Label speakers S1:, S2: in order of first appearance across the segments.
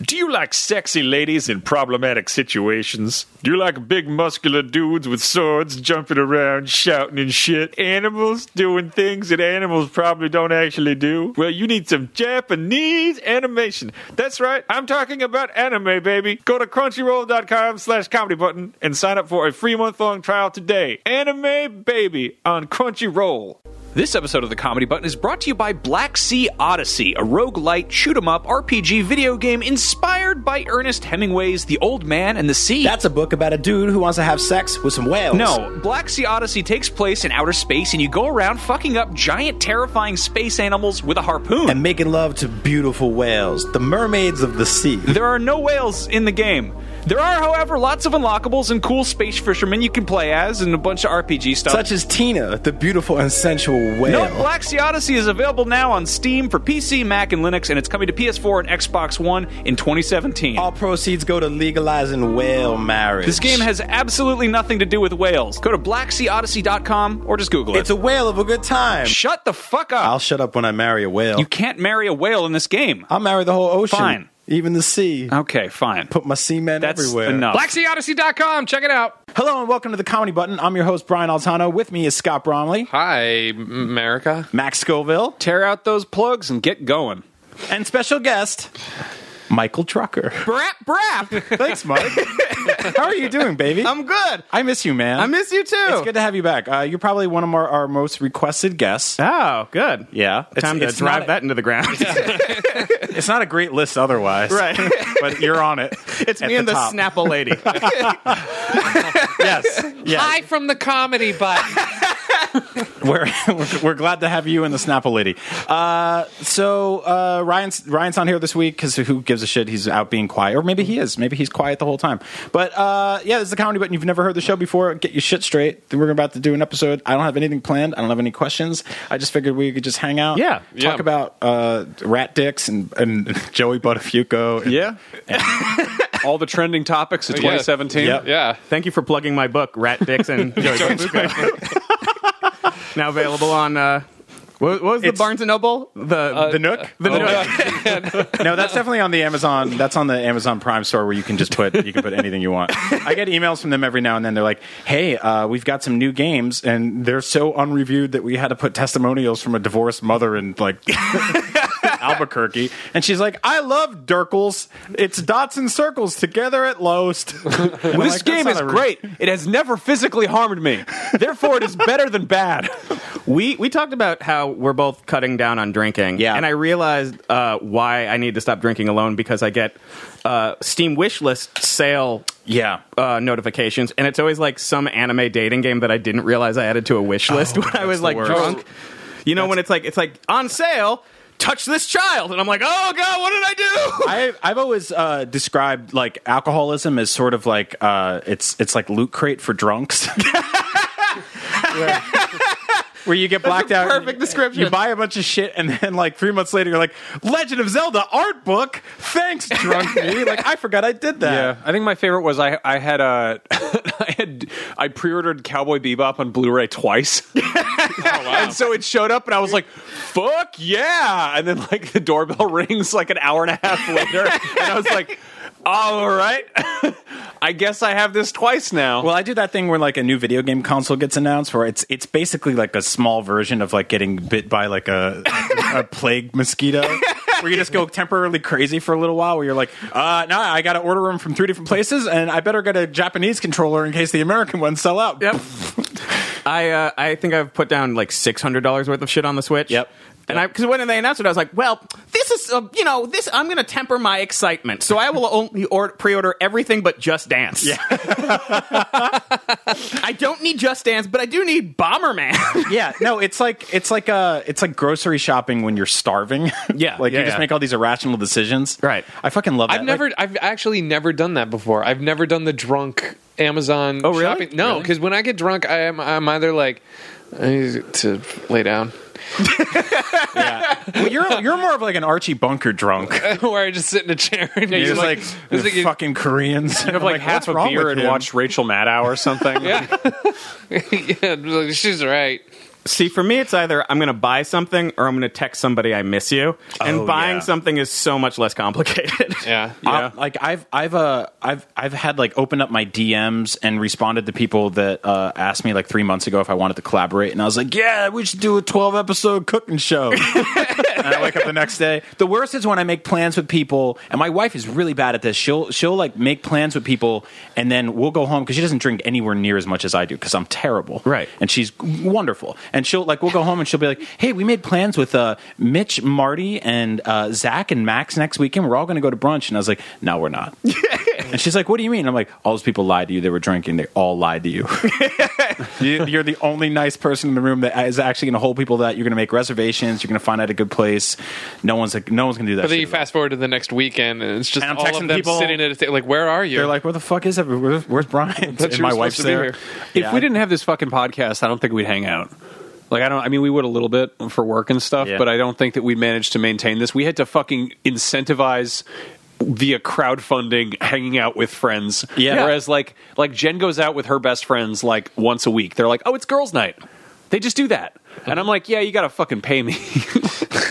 S1: Do you like sexy ladies in problematic situations? Do you like big muscular dudes with swords jumping around, shouting and shit? Animals doing things that animals probably don't actually do? Well, you need some Japanese animation. That's right, I'm talking about anime, baby. Go to crunchyroll.com slash comedy button and sign up for a free month long trial today. Anime Baby on Crunchyroll.
S2: This episode of the Comedy Button is brought to you by Black Sea Odyssey, a roguelite shoot 'em up RPG video game inspired by Ernest Hemingway's The Old Man and the Sea.
S3: That's a book about a dude who wants to have sex with some whales.
S2: no, Black Sea Odyssey takes place in outer space and you go around fucking up giant terrifying space animals with a harpoon.
S3: And making love to beautiful whales, the mermaids of the sea.
S2: There are no whales in the game. There are, however, lots of unlockables and cool space fishermen you can play as and a bunch of RPG stuff.
S3: Such as Tina, the beautiful and sensual whale.
S2: no, Black Sea Odyssey is available now on Steam for PC, Mac, and Linux, and it's coming to PS4 and Xbox One in 2017.
S3: All proceeds go to legalizing whale marriage.
S2: This game has absolutely nothing to do with whales. Go to blackseaodyssey.com or just Google it.
S3: It's a whale of a good time.
S2: Shut the fuck up.
S3: I'll shut up when I marry a whale.
S2: you can't marry a whale in this game.
S3: I'll marry the whole ocean.
S2: Fine.
S3: Even the sea.
S2: Okay, fine.
S3: Put my seamen
S2: That's
S3: everywhere.
S2: enough.
S4: BlackSeaOdyssey.com. Check it out.
S3: Hello and welcome to the Comedy Button. I'm your host, Brian Altano. With me is Scott Bromley,
S4: Hi, America.
S3: Max Scoville,
S2: Tear out those plugs and get going.
S3: and special guest, Michael Trucker.
S5: Brap, brap.
S3: Thanks, Mike. How are you doing, baby?
S5: I'm good.
S3: I miss you, man.
S5: I miss you too.
S3: It's good to have you back. Uh, you're probably one of our, our most requested guests.
S5: Oh, good.
S3: Yeah. It's-
S5: Time to
S3: it's
S5: drive
S3: not-
S5: that into the ground.
S3: It's not a great list otherwise.
S5: Right.
S3: but you're on it.
S5: it's
S3: At
S5: me and the,
S3: top.
S5: Snapple lady.
S3: Yes. yes.
S4: Hi from the comedy button.
S3: We're, we're we're glad to have you and the Snapple lady. Uh, so uh, Ryan's Ryan's not here this week because who gives a shit? He's out being quiet, or maybe he is. Maybe he's quiet the whole time. But uh, yeah, this is the comedy button. You've never heard the show before. Get your shit straight. We're about to do an episode. I don't have anything planned. I don't have any questions. I just figured we could just hang out.
S5: Yeah.
S3: talk
S4: Yeah.
S3: about uh, rat dicks and, and Joey Buttafuoco. and-
S2: Yeah. All the trending topics of
S4: Yeah.
S2: 2017.
S3: Yep.
S4: yeah.
S5: Thank you for plugging my book, Rat Dicks and Joey Bazooka. now available on. Uh, what, what was the Barnes and Noble? The
S3: The Nook.
S5: the Nook.
S3: No, that's definitely on the Amazon. That's on the Amazon Prime store where you can just put you can put anything you want. I get emails from them every now and then. They're like, "Hey, uh, we've got some new games, and they're so unreviewed that we had to put testimonials from a divorced mother in like Albuquerque." And she's like, "I love Dirkles. It's dots and circles together at Lost."
S2: Well, this
S3: like,
S2: game is
S3: that's not a re-
S2: great. It has never physically harmed me. Therefore, it is better than bad.
S5: We we talked about how we're both cutting down on drinking.
S3: Yeah.
S5: and I realized uh, why I need to stop drinking alone because I get uh, Steam wish list sale
S3: Yeah.
S5: uh, notifications, and it's always like some anime dating game that I didn't realize I added to a wish list when I
S3: Oh,
S5: was
S3: the
S5: like
S3: worst.
S5: drunk. You know when it's like it's like on sale, touch this child, and I'm like, oh god, what did I do?
S3: I, I've always uh, described like alcoholism as sort of like uh, it's it's like loot crate for drunks. where, where you get blacked out.
S5: perfect description.
S3: You buy a bunch of shit, and then like three months later, you're like Legend of Zelda art book. Thanks, drunk me. Like I forgot I did that.
S2: I think my favorite was I I had a I had I pre-ordered Cowboy Bebop on Blu-ray twice. and so it showed up and I was like, "Fuck yeah." And then like the doorbell rings like an hour and a half later and I was like, "All right. I guess I have this twice now."
S3: Well, I do that thing where like a new video game console gets announced, where it's it's basically like a small version of like getting bit by like a a plague mosquito, where you just go temporarily crazy for a little while, where you're like, uh, nah, I got to order them from three different places, and I better get a Japanese controller in case the American ones sell out.
S5: Yep. I uh, I think I've put down like six hundred dollars worth of shit on the Switch.
S3: Yep.
S5: And I because when they announced it, I was like, well, this is uh, you know this I'm going to temper my excitement, so I will only or- pre-order everything but Just Dance. Yeah. I don't need Just Dance, but I do need Bomberman.
S3: Yeah, no, it's like it's like uh it's like grocery shopping when you're starving.
S5: Yeah,
S3: like you
S5: yeah,
S3: just
S5: yeah.
S3: make all these irrational decisions.
S5: Right.
S3: I fucking love. That. Like,
S4: I've never, I've actually never done that before. I've never done the drunk Amazon
S5: really?
S4: shopping. No, because when I get drunk, I am, I'm either like, I need to lay down,
S3: well, you're you're more of like an Archie Bunker drunk.
S4: or I just sit in a chair and
S3: You're just like,
S4: it's
S3: "You fucking Koreans.
S2: I have like, half a beer and watch Rachel Maddow or something.
S4: yeah, yeah, I'm like, she's right.
S5: See, for me, it's either I'm going to buy something or I'm going to text somebody I miss you.
S3: Oh,
S5: and buying
S3: yeah.
S5: something is so much less complicated.
S4: Yeah.
S3: Uh, like I've I've uh I've I've had like opened up my DMs and responded to people that uh, asked me like three months ago if I wanted to collaborate, and I was like, yeah, we should do a twelve episode cooking show. and I wake up the next day. The worst is when I make plans with people, and my wife is really bad at this. She'll she'll like make plans with people, and then we'll go home because she doesn't drink anywhere near as much as I do because I'm terrible.
S5: Right.
S3: And she's wonderful. And she'll like we'll go home and she'll be like, "Hey, we made plans with uh, Mitch, Marty, and uh, Zach and Max next weekend. We're all going to go to brunch." And I was like, "No, we're not." and she's like, "What do you mean?" I'm like, "All those people lied to you. They were drinking. They all lied to you. You- You're the only nice person in the room that is actually going to hold people that you're going to make reservations. You're going to find out a good place. No one's like, no one's going to do that."
S4: But then you
S3: shit.
S4: fast forward to the next weekend, and it's just
S3: And I'm
S4: all
S3: texting
S4: of them
S3: people.
S4: sitting at a table. Like, where are you?
S3: They're like, "Where the fuck is everyone? Where, where's Brian?"
S4: That's
S3: And
S4: you were
S3: my
S4: supposed
S3: wife's
S4: to be
S3: there.
S4: here.
S3: Yeah.
S2: If we didn't have this fucking podcast, I don't think we'd hang out. Like I don't. I mean, we would a little bit for work and stuff,
S3: Yeah.
S2: but I don't think that we managed to maintain this. We had to fucking incentivize via crowdfunding hanging out with friends.
S3: Yeah.
S2: Whereas like like Jen goes out with her best friends like once a week. They're like, oh, it's girls' night. They just do that. And I'm like, yeah, you got to fucking pay me.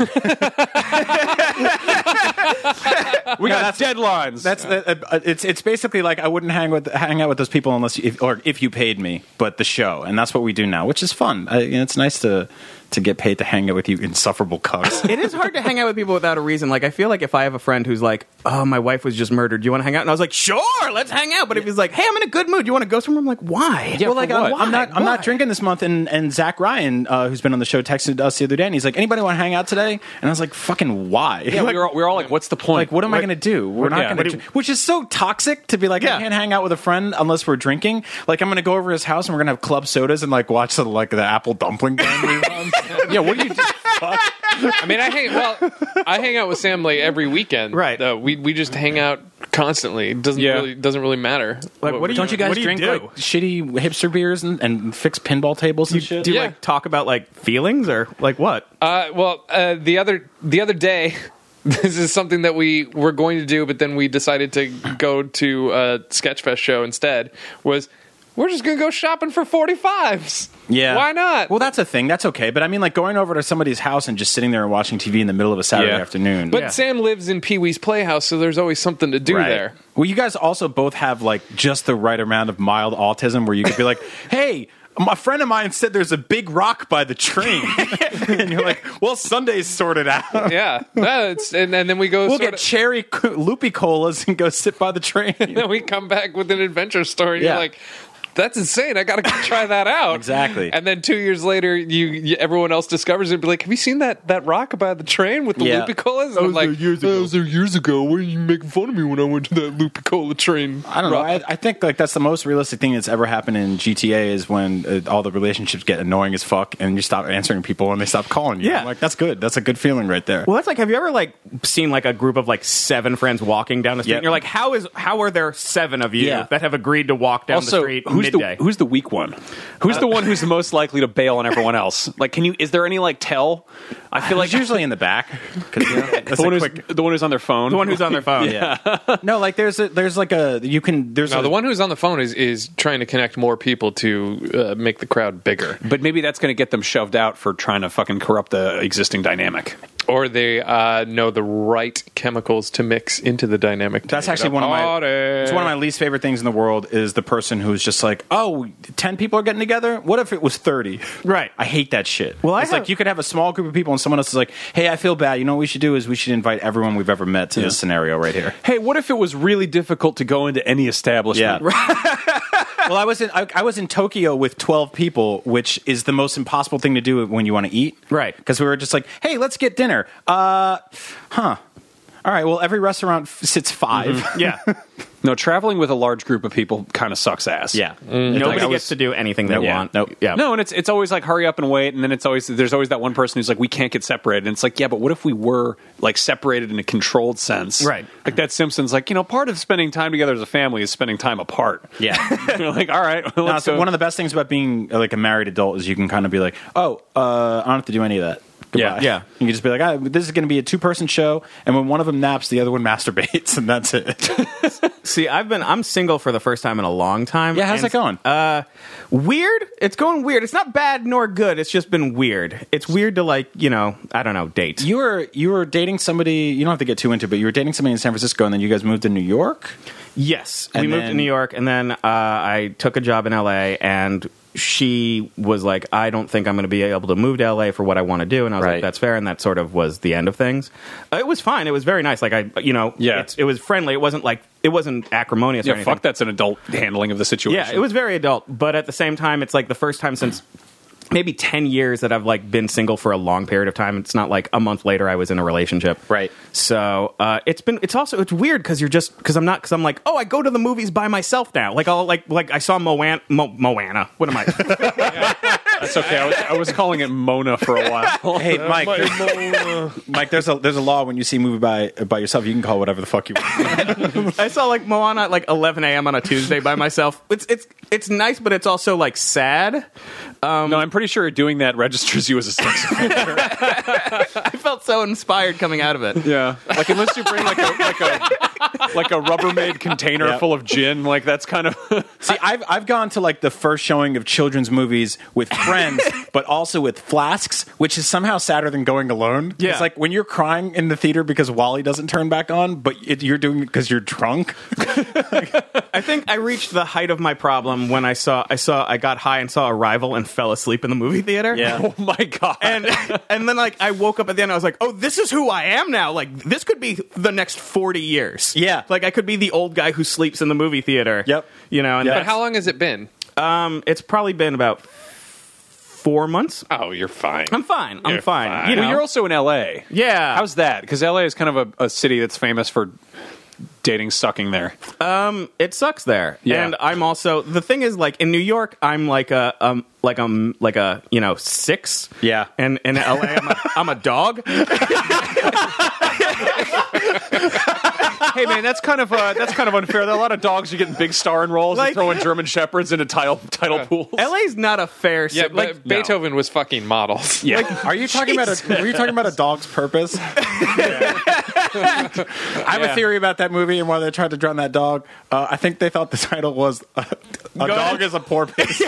S2: we got deadlines.
S3: That's the, uh, it's it's basically like I wouldn't hang with hang out with those people unless you, if, or if you paid me. But the show, and that's what we do now, which is fun. I, and it's nice to to get paid to hang out with you insufferable cucks.
S5: it is hard to hang out with people without a reason. Like, I feel like if I have a friend who's like, "Oh, my wife was just murdered. Do you want to hang out?" And I was like, "Sure, let's hang out." But if he's like, "Hey, I'm in a good mood. You want to go somewhere?" I'm like, "Why?"
S3: well, like I'm, I'm not I'm
S5: Why?
S3: not drinking this month, and and Zach Ryan, uh, who's been on the show, texted us the other day, and he's like, anybody want to hang out today? And I was like, fucking why?
S2: yeah,
S3: like,
S2: we, were all, we were all like, what's the point?
S3: like, what am I going to do? We're not
S2: yeah.
S3: going to, which is so toxic to be like, I can't hang out with a friend unless we're drinking. Like, I'm going to go over to his house and we're going to have club sodas and like watch the, like the apple dumpling game. reruns.
S2: Yeah, what do you do?
S4: I mean, I hang well. I hang out with Sam like every weekend.
S5: Right.
S4: Uh, we we just hang out constantly. It doesn't
S2: Yeah.
S4: really doesn't really matter.
S3: Like, what,
S4: we're
S3: don't you guys
S2: what do you
S3: drink
S2: do?
S3: like shitty hipster beers and, and fix pinball tables and shit?
S5: Do you
S4: Yeah.
S5: like talk about like feelings or like what?
S4: Uh, well, uh, the other the other day, this is something that we were going to do, but then we decided to go to a Sketchfest show instead. Was we're just gonna go shopping for forty fives?
S3: Yeah.
S4: why not?
S3: Well, that's a thing. That's okay. But I mean, like going over to somebody's house and just sitting there and watching TV in the middle of a Saturday
S2: Yeah.
S3: afternoon.
S4: but Sam lives in Pee Wee's Playhouse, so there's always something to do
S3: Right.
S4: there.
S3: Well, you guys also both have like just the right amount of mild autism where you could be like, hey, a friend of mine said there's a big rock by the train. and you're like, well, Sunday's sorted out.
S4: Yeah, no, it's, and, and then we go.
S3: We'll
S4: sorta-
S3: get cherry co- loopy colas and go sit by the train.
S4: then we come back with an adventure story. and
S3: Yeah.
S4: You're like, that's insane. I got to try that out.
S3: Exactly.
S4: And then two years later, you, you everyone else discovers it. And be like, have you seen that that rock by the train with the
S3: Yeah.
S4: loopy colas? And I'm like, that was there years ago. Why are you making fun of me when I went to that loopy cola train?
S3: I don't know. I, I think like that's the most realistic thing that's ever happened in GTA is when uh, all the relationships get annoying as fuck, and you stop answering people and they stop calling you.
S5: Yeah.
S3: I'm like that's good. That's a good feeling right there.
S5: Well, that's like, have you ever like seen like a group of like seven friends walking down the street?
S3: Yep.
S5: And you're like, how is how are there seven of you
S3: Yeah.
S5: that have agreed to walk down
S2: also,
S5: the street
S2: who's
S5: midday?
S2: the who's the weak one? Who's the one who's the most likely to bail on everyone else? Like, can you? Is there any like tell? I feel like
S3: It's usually in the back. 'cause, you know, that's
S2: the
S3: a
S2: one, who's,
S3: quick-
S2: the one who's on their phone.
S5: the one who's on their phone.
S3: yeah. no, like there's a there's like a you can there's
S4: Now
S3: a,
S4: the one who's on the phone is is trying to connect more people to uh, make the crowd bigger,
S2: But maybe that's going to get them shoved out for trying to fucking corrupt the existing dynamic.
S4: or they uh, know the right chemicals to mix into the dynamic. to
S3: That's
S4: make it
S3: actually
S4: a
S3: one of my
S4: party.
S3: it's one of my least favorite things in the world is the person who's just like, "Oh, 10 people are getting together? What if it was 30?"
S5: Right.
S3: I hate that shit.
S5: Well, I
S3: it's
S5: have-
S3: like you could have a small group of people and someone else is like, "Hey, I feel bad. You know what we should do is we should invite everyone we've ever met to this scenario right here."
S2: Hey, what if it was really difficult to go into any establishment?
S3: Yeah. well, I was in I, I was in Tokyo with twelve people, which is the most impossible thing to do when you want to eat,
S5: Right.
S3: Because we were just like, hey, let's get dinner. Uh, huh. All right. Well, every restaurant f- sits 5
S5: Mm-hmm. Yeah.
S2: No, traveling with a large group of people kind of sucks ass.
S3: Yeah.
S5: Mm-hmm. Nobody
S2: I
S5: gets
S2: was-
S5: to do anything they
S3: Yeah.
S5: want.
S3: Nope.
S5: Yeah.
S2: No, and it's it's always like hurry up and wait, and then it's always there's always that one person who's like we can't get separated, and it's like yeah, but what if we were like separated in a controlled sense,
S5: Right.
S2: Like that Simpsons, like you know, part of spending time together as a family is spending time apart.
S3: Yeah.
S2: You're like all right, well,
S3: No,
S2: let's
S3: so
S2: go.
S3: one of the best things about being uh, like a married adult is you can kind of be like, oh, uh, I don't have to do any of that. Goodbye.
S5: Yeah.
S3: You can just be like, ah, this is going to be a two person show, and when one of them naps, the other one masturbates, and that's it.
S5: See, I've been I'm single for the first time in a long time.
S3: Yeah, how's
S5: and,
S3: it going?
S5: Uh, weird. It's going weird. It's not bad nor good. It's just been weird. It's weird to like you know I don't know date.
S3: you were you were dating somebody. You don't have to get too into, it, but you were dating somebody in San Francisco, and then you guys moved to New York.
S5: yes, we
S3: And
S5: moved to
S3: then-
S5: New York, and then uh, I took a job in L.A. and she was like, I don't think I'm going to be able to move to L.A. for what I want to do, and I was like,
S3: Right.
S5: that's fair, and that sort of was the end of things. Uh, it was fine. It was very nice. Like I, you know,
S2: Yeah.
S5: it's, it was friendly. It wasn't like it wasn't acrimonious. or
S2: Yeah,
S5: anything.
S2: fuck. That's an adult handling of the situation.
S5: Yeah, it was very adult, but at the same time, it's like the first time since maybe 10 years that I've like been single for a long period of time. It's not like a month later I was in a relationship.
S3: Right.
S5: So, uh, it's been, it's also, it's weird cause you're just, cause I'm not, cause I'm like, oh, I go to the movies by myself now. Like I'll like, like I saw Moana, Mo- Moana. What am I?
S2: That's okay. I was, I was calling it Mona for a while.
S3: Hey, Mike, Mike, there's a there's a law when you see a movie by by yourself, you can call it whatever the fuck you want.
S5: I saw like Moana at like 11 a.m. on a Tuesday by myself. It's, it's, it's nice, but it's also like sad.
S2: no, I'm pretty sure doing that registers you as a sex offender.
S5: I felt so inspired coming out of it.
S2: Yeah, like unless you bring like a like a like a Rubbermaid container
S3: Yeah.
S2: full of gin, like that's kind of
S3: see, I've I've gone to like the first showing of children's movies with friends, but also with flasks, which is somehow sadder than going alone.
S5: Yeah.
S3: It's like when you're crying in the theater because Wally doesn't turn back on, but it, you're doing it because you're drunk.
S5: I think I reached the height of my problem when I saw I saw I got high and saw Arrival and fell asleep in the movie theater.
S2: oh my god.
S5: And and then like I woke up at the end I was like, "Oh, this is who I am now. Like this could be the next 40 years."
S3: Yeah.
S5: Like I could be the old guy who sleeps in the movie theater.
S3: Yep.
S5: You know, and
S3: Yeah.
S5: but
S4: But how long has it been?
S5: how- um it's probably been about 4 months.
S1: Oh, you're fine.
S5: I'm fine. I'm
S1: You're
S5: fine.
S1: fine.
S5: You know.
S2: well, you're also in L.A.
S5: yeah.
S2: How's that? Because L.A. is kind of a, a city that's famous for dating sucking there.
S5: it sucks there.
S2: Yeah.
S5: And I'm also the thing is like in New York I'm like a um like um like a you know six.
S3: Yeah.
S5: And in LA I'm a, I'm a dog.
S2: hey man, that's kind of uh, that's kind of unfair. There are a lot of dogs who get in big star and rolls
S5: Like-
S2: and throwing German shepherds into title title pools.
S5: LA's not a fair
S4: Yeah,
S5: city.
S4: but
S5: like,
S4: Beethoven was fucking models.
S2: yeah.
S3: Are you talking about a, were you talking about a dog's purpose? I have
S2: Yeah.
S3: a theory about that movie and why they tried to drown that dog. Uh, I think they thought the title was uh, "A Dog
S5: ahead.
S3: Is a Porpoise."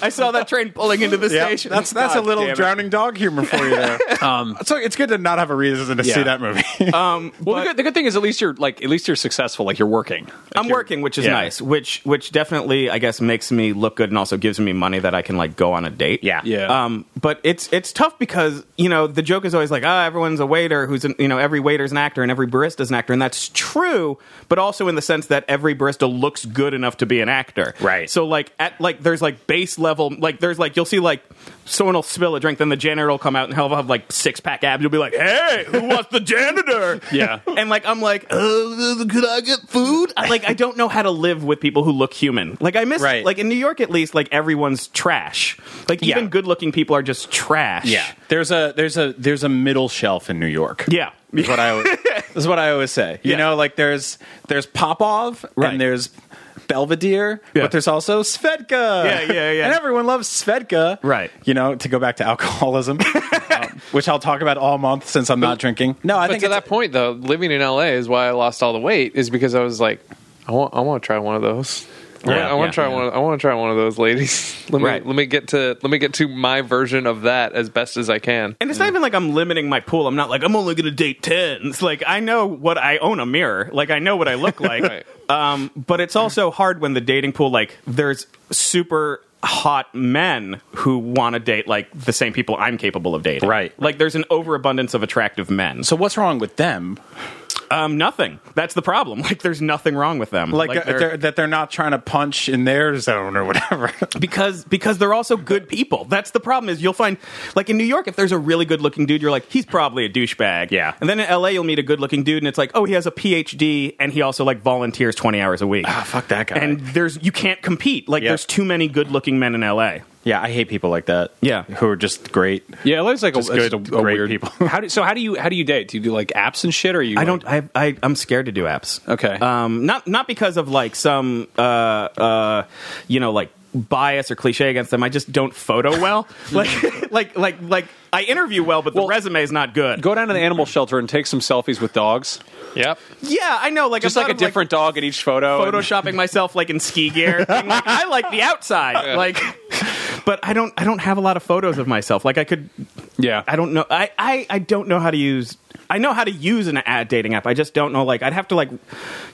S5: I saw that train pulling into the
S3: Yeah,
S5: station.
S3: That's that's a
S2: God damn
S3: little
S2: it.
S3: drowning dog humor for you there. so it's good to not have a reason to
S2: Yeah.
S3: see that movie.
S2: Well, the, good, the good thing is at least you're like at least you're successful. Like you're working. Like,
S5: I'm
S2: you're-
S5: working, which is
S2: Yeah.
S5: nice, which which definitely I guess makes me look good and also gives me money that I can like go on a date.
S3: Yeah.
S2: Yeah.
S5: Um, but it's it's tough because you know the joke is always like ah everyone's a waiter who's an, you know every waiter's an actor and every barista's an actor and that's true, but also in the sense that every barista looks good enough to be an actor.
S3: Right.
S5: So like at like there's like base level like there's like you'll see like someone will spill a drink then the janitor will come out and he'll have like six pack abs you'll be like hey who wants the janitor
S2: Yeah.
S5: and like I'm like, uh, could I get food? I, like I don't know how to live with people who look human. Like I miss,
S3: Right.
S5: like in New York at least, like everyone's trash. Like even
S3: Yeah.
S5: good looking people are just trash.
S3: there's a there's a there's a middle shelf in New York.
S5: yeah.
S3: is what I always, is what I always say. You
S5: Yeah.
S3: know, like there's there's Popov
S5: Right.
S3: and there's Belvedere,
S5: Yeah.
S3: but there's also Svedka. Yeah,
S5: yeah, yeah.
S3: And everyone loves Svedka,
S5: Right.
S3: You know, to go back to alcoholism, um, which I'll talk about all month since I'm not drinking. No, I
S4: but
S3: think
S4: to
S3: it's,
S4: that point, though, living in LA is why I lost all the weight. Is because I was like, I want, I want to try one of those. I want,
S5: Yeah,
S4: I want
S5: yeah,
S4: to try
S5: yeah.
S4: one. I want to try one of those ladies. Let me
S5: Right.
S4: let me get to let me get to my version of that as best as I can.
S5: And it's not even like I'm limiting my pool. I'm not like I'm only going to date tens. Like I know what I own a mirror. Like I know what I look like.
S4: Right.
S5: um, but it's also hard when the dating pool like there's super hot men who want to date like the same people I'm capable of dating.
S3: Right.
S5: Like there's an overabundance of attractive men.
S3: so what's wrong with them?
S5: Um, nothing. That's the problem. Like, there's nothing wrong with them.
S3: Like, uh,
S5: they're-
S3: they're- that they're not trying to punch in their zone or whatever.
S5: because because they're also good people. That's the problem. Is you'll find like in New York, if there's a really good looking dude, you're like, he's probably a douchebag.
S3: Yeah.
S5: And then in L.A., you'll meet a good looking dude, and it's like, oh, he has a PhD, and he also like volunteers 20 hours a week.
S3: Fuck that guy.
S5: and there's you can't compete. Like,
S3: Oh, Yeah.
S5: there's too many good looking men in L.A.
S3: yeah, I hate people like that.
S5: Yeah.
S3: who are just great.
S2: Yeah, LA's like
S3: Just
S2: a, it's
S3: good,
S2: a, a
S3: great
S2: weird
S3: people.
S2: how do, so how do you how do you date? Do you do like apps and shit, or you?
S5: I
S2: like-
S5: don't. I, I I'm scared to do apps.
S2: Okay.
S5: Um. Not not because of like some uh uh you know like bias or cliche against them. I just don't photo well. like like like like I interview well, but the
S2: Well,
S5: resume is not good.
S2: Go down to the animal shelter and take some selfies with dogs.
S4: Yep.
S5: yeah, I know. Like
S2: Just
S5: I
S2: like a different dog in each photo. and-
S5: photoshopping myself like in ski gear. Being like, I like the outside. Like, but I don't. I don't have a lot of photos of myself. Like I could.
S2: yeah.
S5: I don't know. I, I, I don't know how to use. I know how to use an ad dating app. I just don't know. Like, I'd have to like,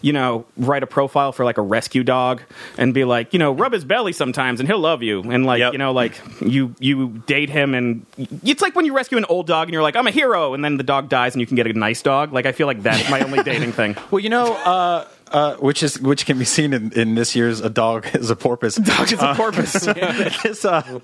S5: you know, write a profile for like a rescue dog and be like, you know, rub his belly sometimes and he'll love you. And like,
S2: Yep.
S5: you know, like you you date him and it's like when you rescue an old dog and you're like, I'm a hero, and then the dog dies and you can get a nice dog. Like, I feel like that's my only dating thing.
S3: Well, you know, uh, uh, which is which can be seen in, in this year's "A Dog Is a Porpoise." Dog is a porpoise. this, uh,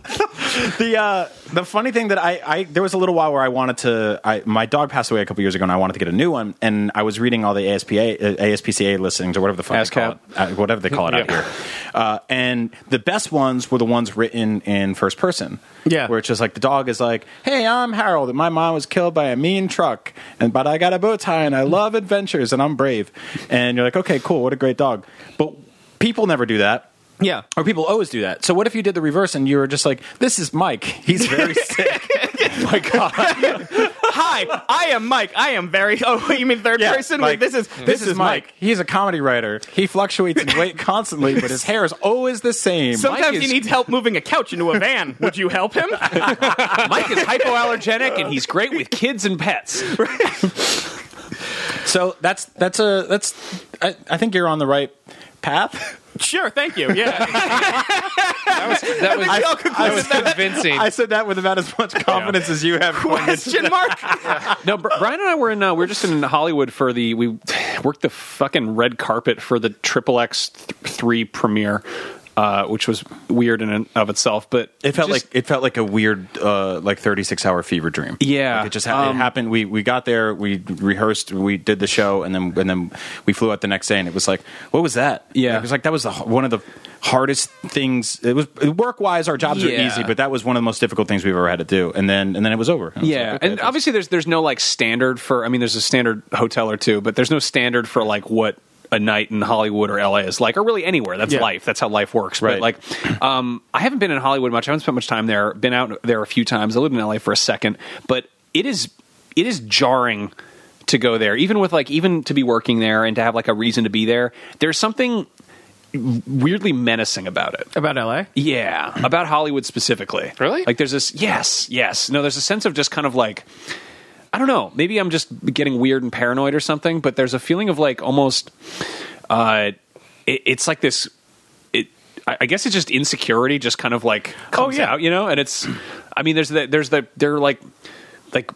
S3: the uh, the funny thing that I, I there was a little while where I wanted to. I, my dog passed away a couple years ago, and I wanted to get a new one. And I was reading all the ASPA, uh, ASPCA listings or whatever the fuck they call
S2: ASCAP.
S3: it, uh, whatever they call it out here. Uh, and the best ones were the ones written in first person.
S5: Yeah.
S3: where it's just like the dog is like, "Hey, I'm Harold, and my mom was killed by a mean truck, and but I got a bow tie, and I love adventures, and I'm brave." And you're like, "Okay, cool, what a great dog." But people never do that.
S5: Yeah.
S3: Or people always do that. So what if you did the reverse and you were just like, "This is Mike. He's very sick." my God.
S5: Hi, I am Mike. I am very. Oh, you mean third
S3: Yeah,
S5: person?
S3: Mike.
S5: Wait, this is this, is Mike.
S3: He's a comedy writer. He fluctuates in weight constantly, but his hair is always the same.
S5: Sometimes
S2: is-
S5: he needs help moving a couch into a van. Would you help him?
S2: Mike is hypoallergenic and he's great with kids and pets.
S3: So that's that's a that's I, I think you're on the right path.
S5: sure, thank you. Yeah.
S4: That was,
S3: I- I
S4: that was convincing.
S3: I said that with about as much confidence as you have. going into
S5: Question mark.
S2: No, Br- Brian and I were in. Uh, we were just in Hollywood for the. We worked the fucking red carpet for the Triple X three premiere, uh, which was weird in and of itself. But
S3: It felt
S2: just-
S3: like it felt like a weird, uh, like thirty six hour fever dream.
S2: Yeah.
S3: Like, it just ha-
S2: Um,
S3: it happened. We we got there, we rehearsed, we did the show, and then and then we flew out the next day, and it was like, what was that?
S2: Yeah.
S3: it was like that was the, h- one of the hardest things. It was work wise, our jobs are
S2: Yeah.
S3: easy, but that was one of the most difficult things we've ever had to do. And then and then it was over. And it was
S2: yeah,
S3: like, okay,
S2: and
S3: that's-
S2: obviously there's there's no like standard for. I mean, there's a standard hotel or two, but there's no standard for like what a night in Hollywood or LA is like, or really anywhere. That's
S3: Yeah.
S2: life. That's how life works. But
S3: Right.
S2: like, um, I haven't been in Hollywood much. I haven't spent much time there. Been out there a few times. I lived in LA for a second, but it is it is jarring to go there, even with like even to be working there and to have like a reason to be there. There's something weirdly menacing about it.
S5: About LA?
S2: Yeah, about Hollywood specifically.
S4: Really?
S2: Like there's this yes, yes. No, there's a sense of just kind of like I don't know, maybe I'm just getting weird and paranoid or something, but there's a feeling of like almost uh it, it's like this it I, I guess it's just insecurity just kind of like
S3: Oh,
S2: comes
S5: yeah.
S2: out, you know? And it's I mean there's the there's the they're like like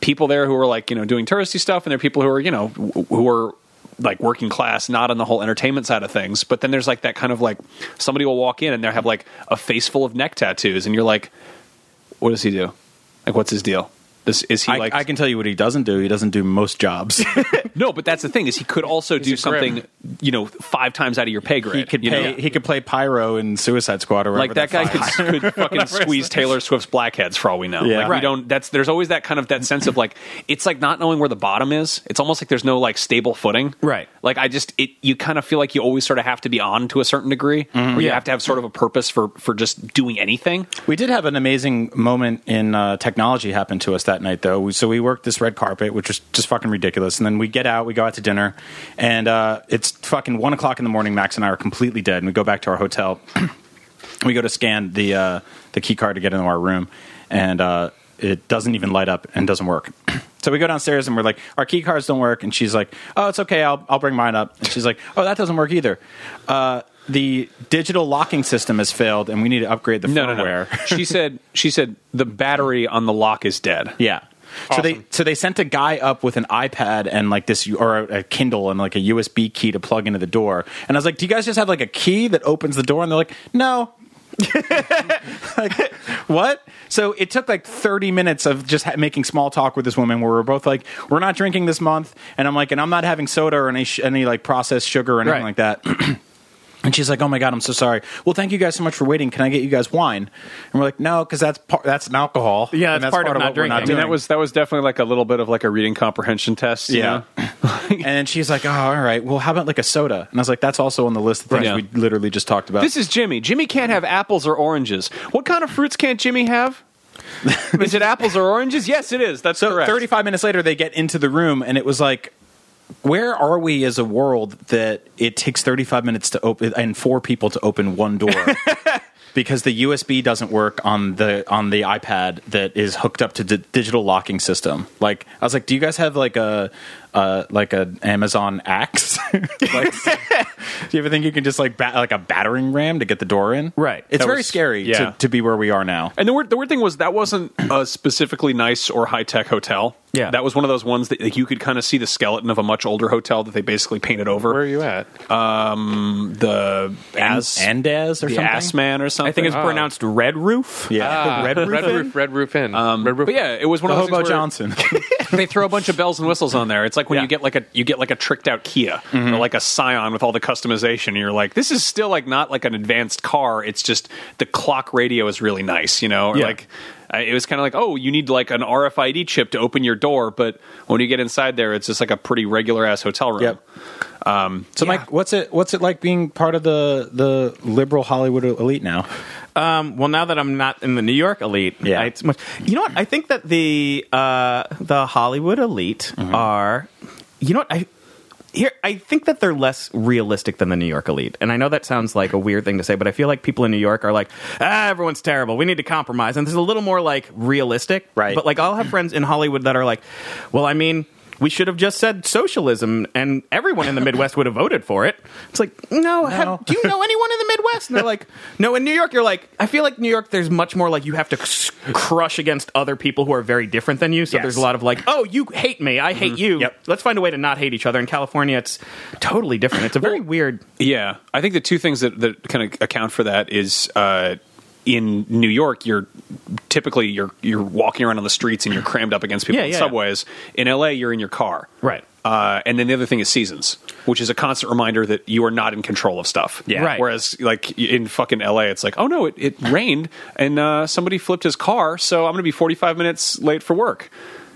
S2: people there who are like, you know, doing touristy stuff and there are people who are, you know, w- who are like working class, not on the whole entertainment side of things. But then there's like that kind of like somebody will walk in and they have like a face full of neck tattoos, and you're like, what does he do? Like, what's his deal? This is he
S3: I,
S2: like?
S3: I can tell you what he doesn't do. He doesn't do most jobs.
S2: no, but that's the thing is he could also do
S4: a grip.
S2: something you know five times out of your pay grade.
S3: he could
S2: you know?
S3: pay, he could play pyro in Suicide Squad or
S2: like
S3: whatever
S2: that guy
S3: fuck-
S2: could, could fucking squeeze Taylor Swift's blackheads for all we know.
S3: Yeah.
S2: Like we
S3: Right.
S2: don't. That's there's always that kind of that sense of like it's like not knowing where the bottom is. It's almost like there's no like stable footing.
S5: Right.
S2: Like I just it you kind of feel like you always sort of have to be on to a certain degree, or you
S5: Yeah.
S2: have to have sort of a purpose for for just doing anything.
S3: We did have an amazing moment in uh, technology happen to us that night, though. We, so we worked this red carpet, which was just fucking ridiculous. And then we get out, we go out to dinner, and uh, it's fucking one o'clock in the morning. Max and I are completely dead, and we go back to our hotel. we go to scan the uh, the key card to get into our room, and uh, it doesn't even light up and doesn't work. so we go downstairs and we're like, our key cards don't work, and she's like, oh, it's okay, I'll I'll bring mine up. And she's like, oh, that doesn't work either. Uh, the digital locking system has failed, and we need to upgrade the
S2: No,
S3: firmware.
S2: no, no. she said she said the battery on the lock is dead.
S3: Yeah. So they so they sent a guy up with an iPad and like this or a, a Kindle and like a USB key to plug into the door. And I was like, "Do you guys just have like a key that opens the door?" And they're like, "No." like what? So it took like 30 minutes of just ha- making small talk with this woman where we're both like, "We're not drinking this month." And I'm like, "And I'm not having soda or any sh- any like processed sugar or anything
S5: Right.
S3: like that." And she's like, "Oh my god, I'm so sorry. Well, thank you guys so much for waiting. Can I get you guys wine?" And we're like, "No, because that's par- that's an alcohol.
S5: Yeah,
S3: and
S5: that's part of not
S3: what we're
S2: I mean,
S5: drinking.
S3: doing.
S2: that was that was definitely like a little bit of like a reading comprehension test. you
S3: Yeah.
S2: know?
S3: and she's like, oh, all right. Well, how about like a soda? And I was like, that's also on the list of things
S2: Right.
S3: we literally just talked about.
S2: This is Jimmy. Jimmy can't have apples or oranges. What kind of fruits can't Jimmy have? is it apples or oranges? Yes, it is. That's
S3: so
S2: correct.
S3: 35 minutes later, they get into the room, and it was like, where are we as a world that it takes 35 minutes to open and four people to open one door? Because the USB doesn't work on the on the iPad that is hooked up to the digital locking system. Like I was like, do you guys have like a uh, like an Amazon axe? like, do you ever think you can just like bat, like a battering ram to get the door in?
S5: Right.
S3: It's
S5: That
S3: very
S5: was-
S3: scary
S2: yeah.
S3: to, to be where we are now.
S2: And the weird, the weird thing was that wasn't a specifically nice or high tech hotel.
S5: Yeah.
S2: that was one of those ones that like, you could kind of see the skeleton of a much older hotel that they basically painted over.
S4: Where are you at?
S2: Um, the as
S3: Andaz or
S2: the
S3: something.
S2: ass man or something.
S5: I think it's pronounced Red Roof.
S3: yeah.
S5: Red Roof
S4: Red
S5: Inn?
S4: Roof, Red Roof Inn. Red Roof
S2: But yeah, it was one
S3: The
S2: of those
S3: Hobo
S2: things where
S3: Johnson.
S2: they throw a bunch of bells and whistles on there. It's like when
S5: Yeah. Mm-hmm.
S2: you get like a you get like a tricked out Kia or like a Scion with all the customization. And you're like, this is still like not like an advanced car. It's just the clock radio is really nice, you know. Or
S5: Yeah.
S2: like I- it was kind of like, oh, you need like an RFID chip to open your door, but when you get inside there, it's just like a pretty regular ass hotel room.
S3: Yep.
S2: Um,
S3: So, Mike, what's it what's it like being part of the the liberal Hollywood elite now?
S5: Um, well, now that I'm not in the New York elite,
S3: Yeah.
S5: I- it's much. You know what? I think that the uh, the Hollywood elite
S3: Mm-hmm.
S5: are. You know what? I here I think that they're less realistic than the New York elite, and I know that sounds like a weird thing to say, but I feel like people in New York are like, ah, everyone's terrible. We need to compromise, and this is a little more like realistic,
S3: Right.
S5: But like, I'll have friends in Hollywood that are like, well, I mean. We should have just said socialism, and everyone in the Midwest would have voted for it. It's like, no, have- do you know anyone in the Midwest? And they're like, no. In New York, you're like, I feel like New York. There's much more like you have to c- crush against other people who are very different than you. So
S3: Yes.
S5: there's a lot of like, oh, you hate me, I hate you.
S3: Yep.
S5: Let's find a way to not hate each other. In California, it's totally different. It's a very weird.
S2: Yeah, I think the two things that, that kind of account for that is uh, in New York, you're typically you're you're walking around on the streets and you're crammed up against people
S5: Yeah,
S2: in
S5: yeah, yeah.
S2: subways. In LA, you're in your car,
S5: Right.
S2: Uh, and then the other thing is seasons, which is a constant reminder that you are not in control of stuff.
S3: Yeah.
S5: Right.
S2: Whereas, like in fucking LA, it's like, oh no, it, it rained and uh, somebody flipped his car, so I'm going to be 45 minutes late for work.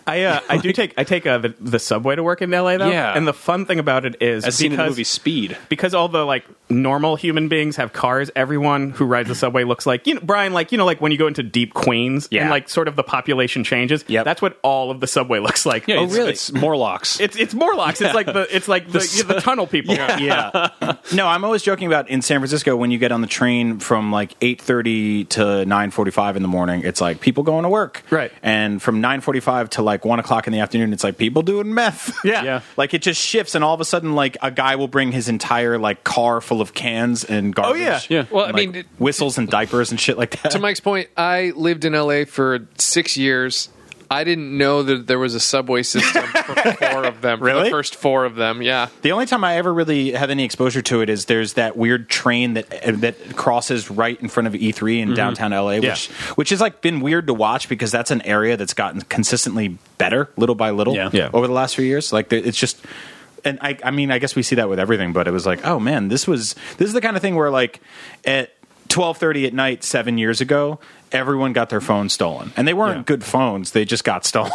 S5: I uh, I do take I take uh, the, the subway to work in LA though.
S2: Yeah.
S5: And the fun thing about it is
S2: As seen in the
S5: because-
S2: movie Speed.
S5: because all the like normal human beings have cars, everyone who rides the subway looks like you know Brian, like you know, like when you go into deep Queens
S3: Yeah.
S5: and like sort of the population changes.
S3: Yep.
S5: that's what all of the subway looks like.
S2: Yeah,
S5: oh,
S2: it's,
S5: really?
S2: It's Morlocks.
S5: It's it's Morlocks. It's like the it's like the, the, tunnel people.
S3: yeah. No, I'm always joking about in San Francisco when you get on the train from like 8:30 to 9:45 in the morning, it's like people going to work,
S5: Right.
S3: And from 9:45 to like one o'clock in the afternoon, it's like people doing meth,
S5: Yeah. Yeah.
S3: Like it just shifts, and all of a sudden, like a guy will bring his entire like car full of cans and garbage,
S5: yeah.
S2: Yeah.
S4: Well, I
S3: and,
S4: mean,
S3: like,
S4: it-
S3: whistles and diapers and shit like that.
S4: to Mike's point, I lived in LA for six years. I didn't know that there was a subway system for four of them. For
S3: Really?
S4: the first four of them, yeah.
S3: The only time I ever really have any exposure to it is there's that weird train that that crosses right in front of E3 in downtown LA, which which has like been weird to watch because that's an area that's gotten consistently better little by little
S2: Yeah. Yeah.
S3: over the last few years. Like there- it's just. And I, I mean, I guess we see that with everything, but it was like, oh man, this was this is the kind of thing where like at twelve thirty at night seven years ago, everyone got their phone stolen, and they weren't
S2: Yeah.
S3: good phones; they just got stolen.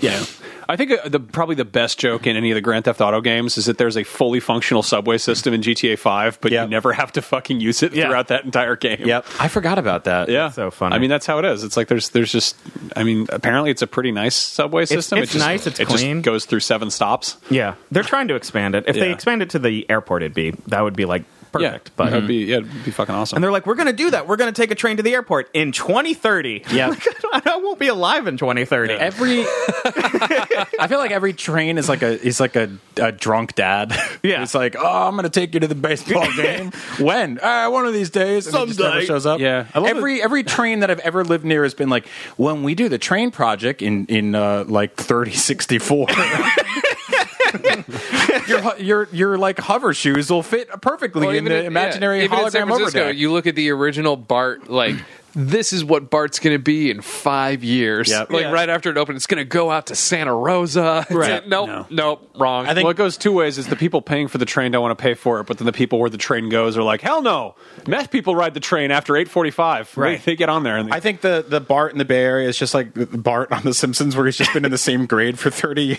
S2: Yeah, I think uh, the probably the best joke in any of the Grand Theft Auto games is that there's a fully functional subway system in GTA Five, but
S3: Yeah.
S2: you never have to fucking use it
S5: Yeah.
S2: throughout that entire game.
S3: yep, I forgot about that.
S2: Yeah,
S5: That's so funny.
S2: I mean, that's how it is. It's like there's there's just. I mean, apparently it's a pretty nice subway system.
S5: it's
S2: it just,
S5: nice, it's
S2: it
S5: clean.
S2: Just goes through seven stops.
S5: Yeah. They're trying to expand it. If they
S2: Yeah.
S5: expand it to the airport, it'd be that would be like perfect.
S2: Yeah,
S5: But
S2: Mm-hmm. that'd be yeah, it'd be fucking awesome.
S5: and they're like, we're going to do that. We're going to take a train to the airport in 2030.
S3: Yeah.
S5: Like, I won't be alive in 2030.
S3: every I feel like every train is like a is like a, a drunk dad.
S5: Yeah.
S3: it's like oh, I'm gonna take you to the baseball game. when? Uh, one of these days. And he just never
S5: Someday.
S3: shows up.
S2: Yeah. I love
S3: every every train that I've ever lived near has been like when we do the train project in in uh, like 3064. your, ho- your your like hover shoes will fit perfectly
S4: Well,
S3: in the
S4: yeah,
S3: imaginary
S4: even in San
S3: hologram
S4: Francisco,
S3: overdeck.
S4: You look at the original BART, like this is what Bart's going to be in five years.
S3: Yep.
S4: Like
S5: Yeah.
S4: right after it opened, it's going to go out to Santa Rosa.
S3: Right.
S4: nope,
S2: No.
S4: nope, wrong.
S3: I think-
S2: well, it goes two ways. Is the people paying for the train don't want to pay for it, but then the people where the train goes are like, hell no. Meth people ride the train after eight forty-five.
S3: Right.
S2: They, they get on there and they,
S3: I think the the Bart in the Bay Area is just like the Bart on The Simpsons, where he's just been in the same grade for thirty years.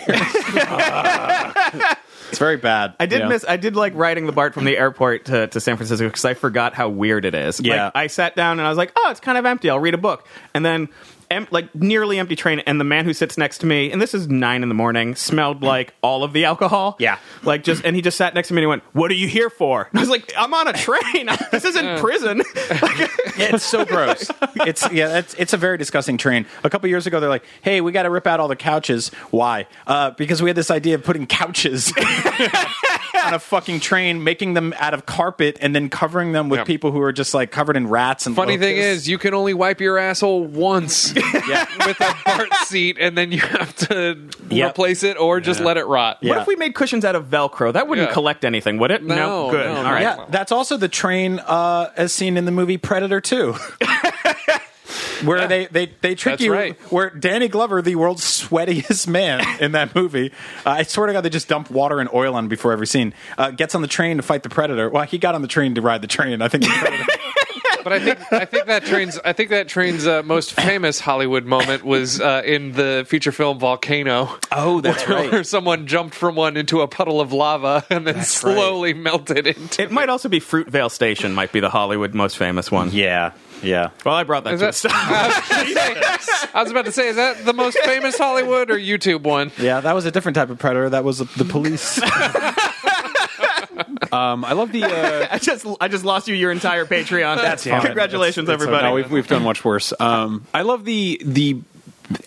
S3: it's very bad.
S5: I did
S2: Yeah.
S5: miss. I did like riding the BART from the airport to, to San Francisco because I forgot how weird it is.
S3: Yeah.
S5: like, I sat down and I was like, "Oh, it's kind of empty. I'll read a book." And then, em- like nearly empty train, and the man who sits next to me, and this is nine in the morning, smelled like all of the alcohol.
S3: Mm. Yeah.
S5: like just, and he just sat next to me and he went, "What are you here for?" And I was like, "I'm on a train. this isn't prison."
S3: Yeah, it's so gross. It's yeah, it's, it's a very disgusting train. A couple years ago, they're like, "Hey, we got to rip out all the couches." Why? Uh, because we had this idea of putting couches on a fucking train, making them out of carpet, and then covering them with
S4: Yeah.
S3: people who are just like covered in rats and.
S4: Funny thing
S3: locusts.
S4: is, you can only wipe your asshole once with a Bart seat, and then you have to
S3: Yep.
S4: replace it or just let it rot.
S3: Yeah.
S5: What if we made cushions out of Velcro? That wouldn't
S4: Yeah.
S5: collect anything, would it?
S4: No,
S5: good.
S4: no,
S5: All
S4: no.
S5: right.
S3: Yeah, that's also the train uh, as seen in the movie Predator 2. Where they, they, they trick
S4: That's
S3: you.
S4: right.
S3: Where Danny Glover, the world's sweatiest man in that movie, uh, I swear to God, they just dump water and oil on him before every scene, uh, gets on the train to fight the Predator. Well, he got on the train to ride the train. I think the Predator.
S4: But I think I think that train's I think that train's uh, most famous Hollywood moment was uh, in the feature film Volcano.
S3: oh, that's
S4: Where someone jumped from one into a puddle of lava and then
S3: right.
S4: slowly melted into.
S5: It might also be Fruitvale Station. Might be the Hollywood most famous one.
S3: Yeah, yeah.
S5: Well, I brought that
S4: Is
S5: to
S4: that-
S5: a stop.
S4: I was about to say, is that the most famous Hollywood or YouTube one?
S3: Yeah, that was a different type of Predator. That was the, the police.
S2: um, I love the. Uh,
S5: I just I just lost you your entire Patreon. That's
S3: fine.
S5: Congratulations,
S3: That's- that's
S5: everybody.
S2: No, we've, we've done much worse. Um, I love the the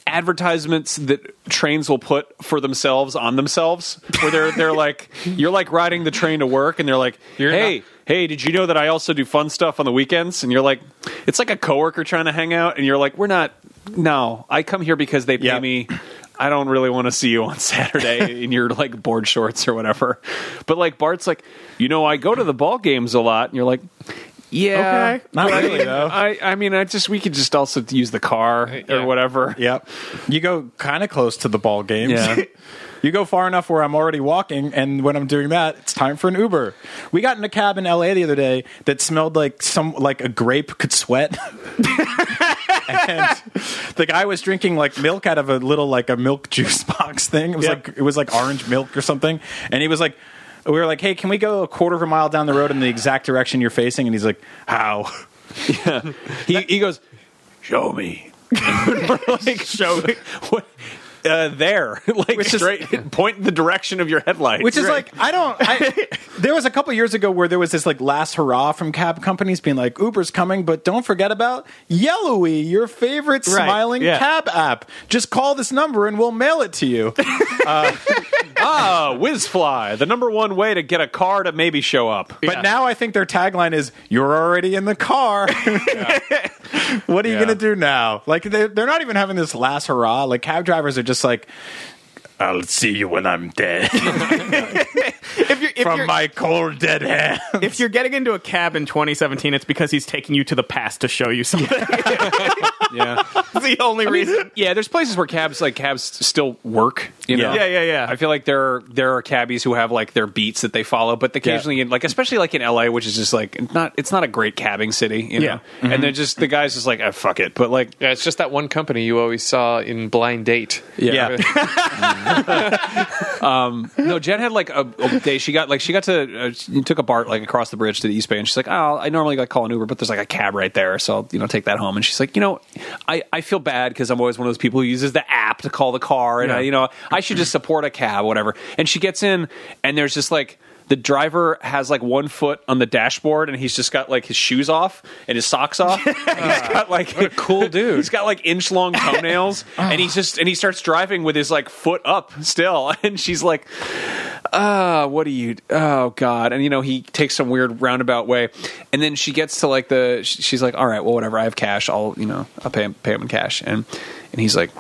S2: advertisements that trains will put for themselves on themselves, where they're they're like you're like riding the train to work, and they're like, hey. Hey, did you know that I also do fun stuff on the weekends? And you're like, it's like a coworker trying to hang out, and you're like, we're not. No, I come here because they pay
S3: Yeah.
S2: me. I don't really want to see you on Saturday in your like board shorts or whatever. But like Bart's like, you know, I go to the ball games a lot, and you're like, yeah,
S5: Okay.
S3: Not really, though.
S2: I, I mean, I just we could just also use the car
S4: Yeah.
S2: or whatever.
S3: Yep. You go kind of close to the ball games.
S2: Yeah.
S3: you go far enough where I'm already walking, and when I'm doing that, it's time for an Uber. We got in a cab in LA the other day that smelled like some like a grape could sweat. and the guy was drinking like milk out of a little like a milk juice box thing. It was
S2: Yeah.
S3: like it was like orange milk or something, and he was like. We were like, "Hey, can we go a quarter of a mile down the road in the exact direction you're facing?" And he's like, "How?"
S2: He he goes, show me, like show me what. Uh, there, like
S3: Which is-
S2: straight, point in the direction of your headlight.
S3: Which is like I don't. I, there was a couple years ago where there was this like last hurrah from cab companies being like Uber's coming, but don't forget about Yellowy, your favorite
S5: Right,
S3: smiling
S5: yeah.
S3: cab app. Just call this number and we'll mail it to you.
S2: ah, Whizfly, the number one way to get a car to maybe show up.
S3: But now I think their tagline is "You're already in the car." what are you
S2: Yeah.
S3: gonna do now? Like they're, they're not even having this last hurrah. Like cab drivers are just like. I'll see you when I'm dead
S5: if you're if
S3: from
S5: you're,
S3: my cold dead hand.
S5: if you're getting into a cab in 2017, it's because he's taking you to the past to show you something.
S2: yeah,
S5: That's the only reason.
S2: yeah. There's places where cabs like cabs still work. You know,
S5: Yeah, yeah, yeah.
S2: I feel like there are, there are cabbies who have like their beats that they follow, but occasionally, in, like especially like in LA, which is just like not it's not a great cabbing city, you know.
S5: Yeah.
S2: And then just the guys just like ah, fuck it, but like
S4: Yeah, it's just that one company you always saw in Blind Date.
S3: Yeah.
S2: no, Jen had like a, a day. She got like she got to uh, she took a BART like across the bridge to the East Bay, and she's like, "Oh, I normally like call an Uber, but there's like a cab right there, so I'll, you know take that home." And she's like, "You know, I, I feel bad because I'm always one of those people who uses the app to call the car, and I, you know I should just support a cab, whatever." And she gets in, and there's just like. The driver has like one foot on the dashboard, and he's just got like his shoes off and his socks off. And he's got like a cool dude. He's got like inch long toenails, and he's just and he starts driving with his like foot up still. And she's like, ah, what do you? Oh God! And you know he takes some weird roundabout way, and then she gets to like the. sh- She's like, all right, well, whatever. I have cash. I'll you know I'll pay him, pay him in cash, and and he's like,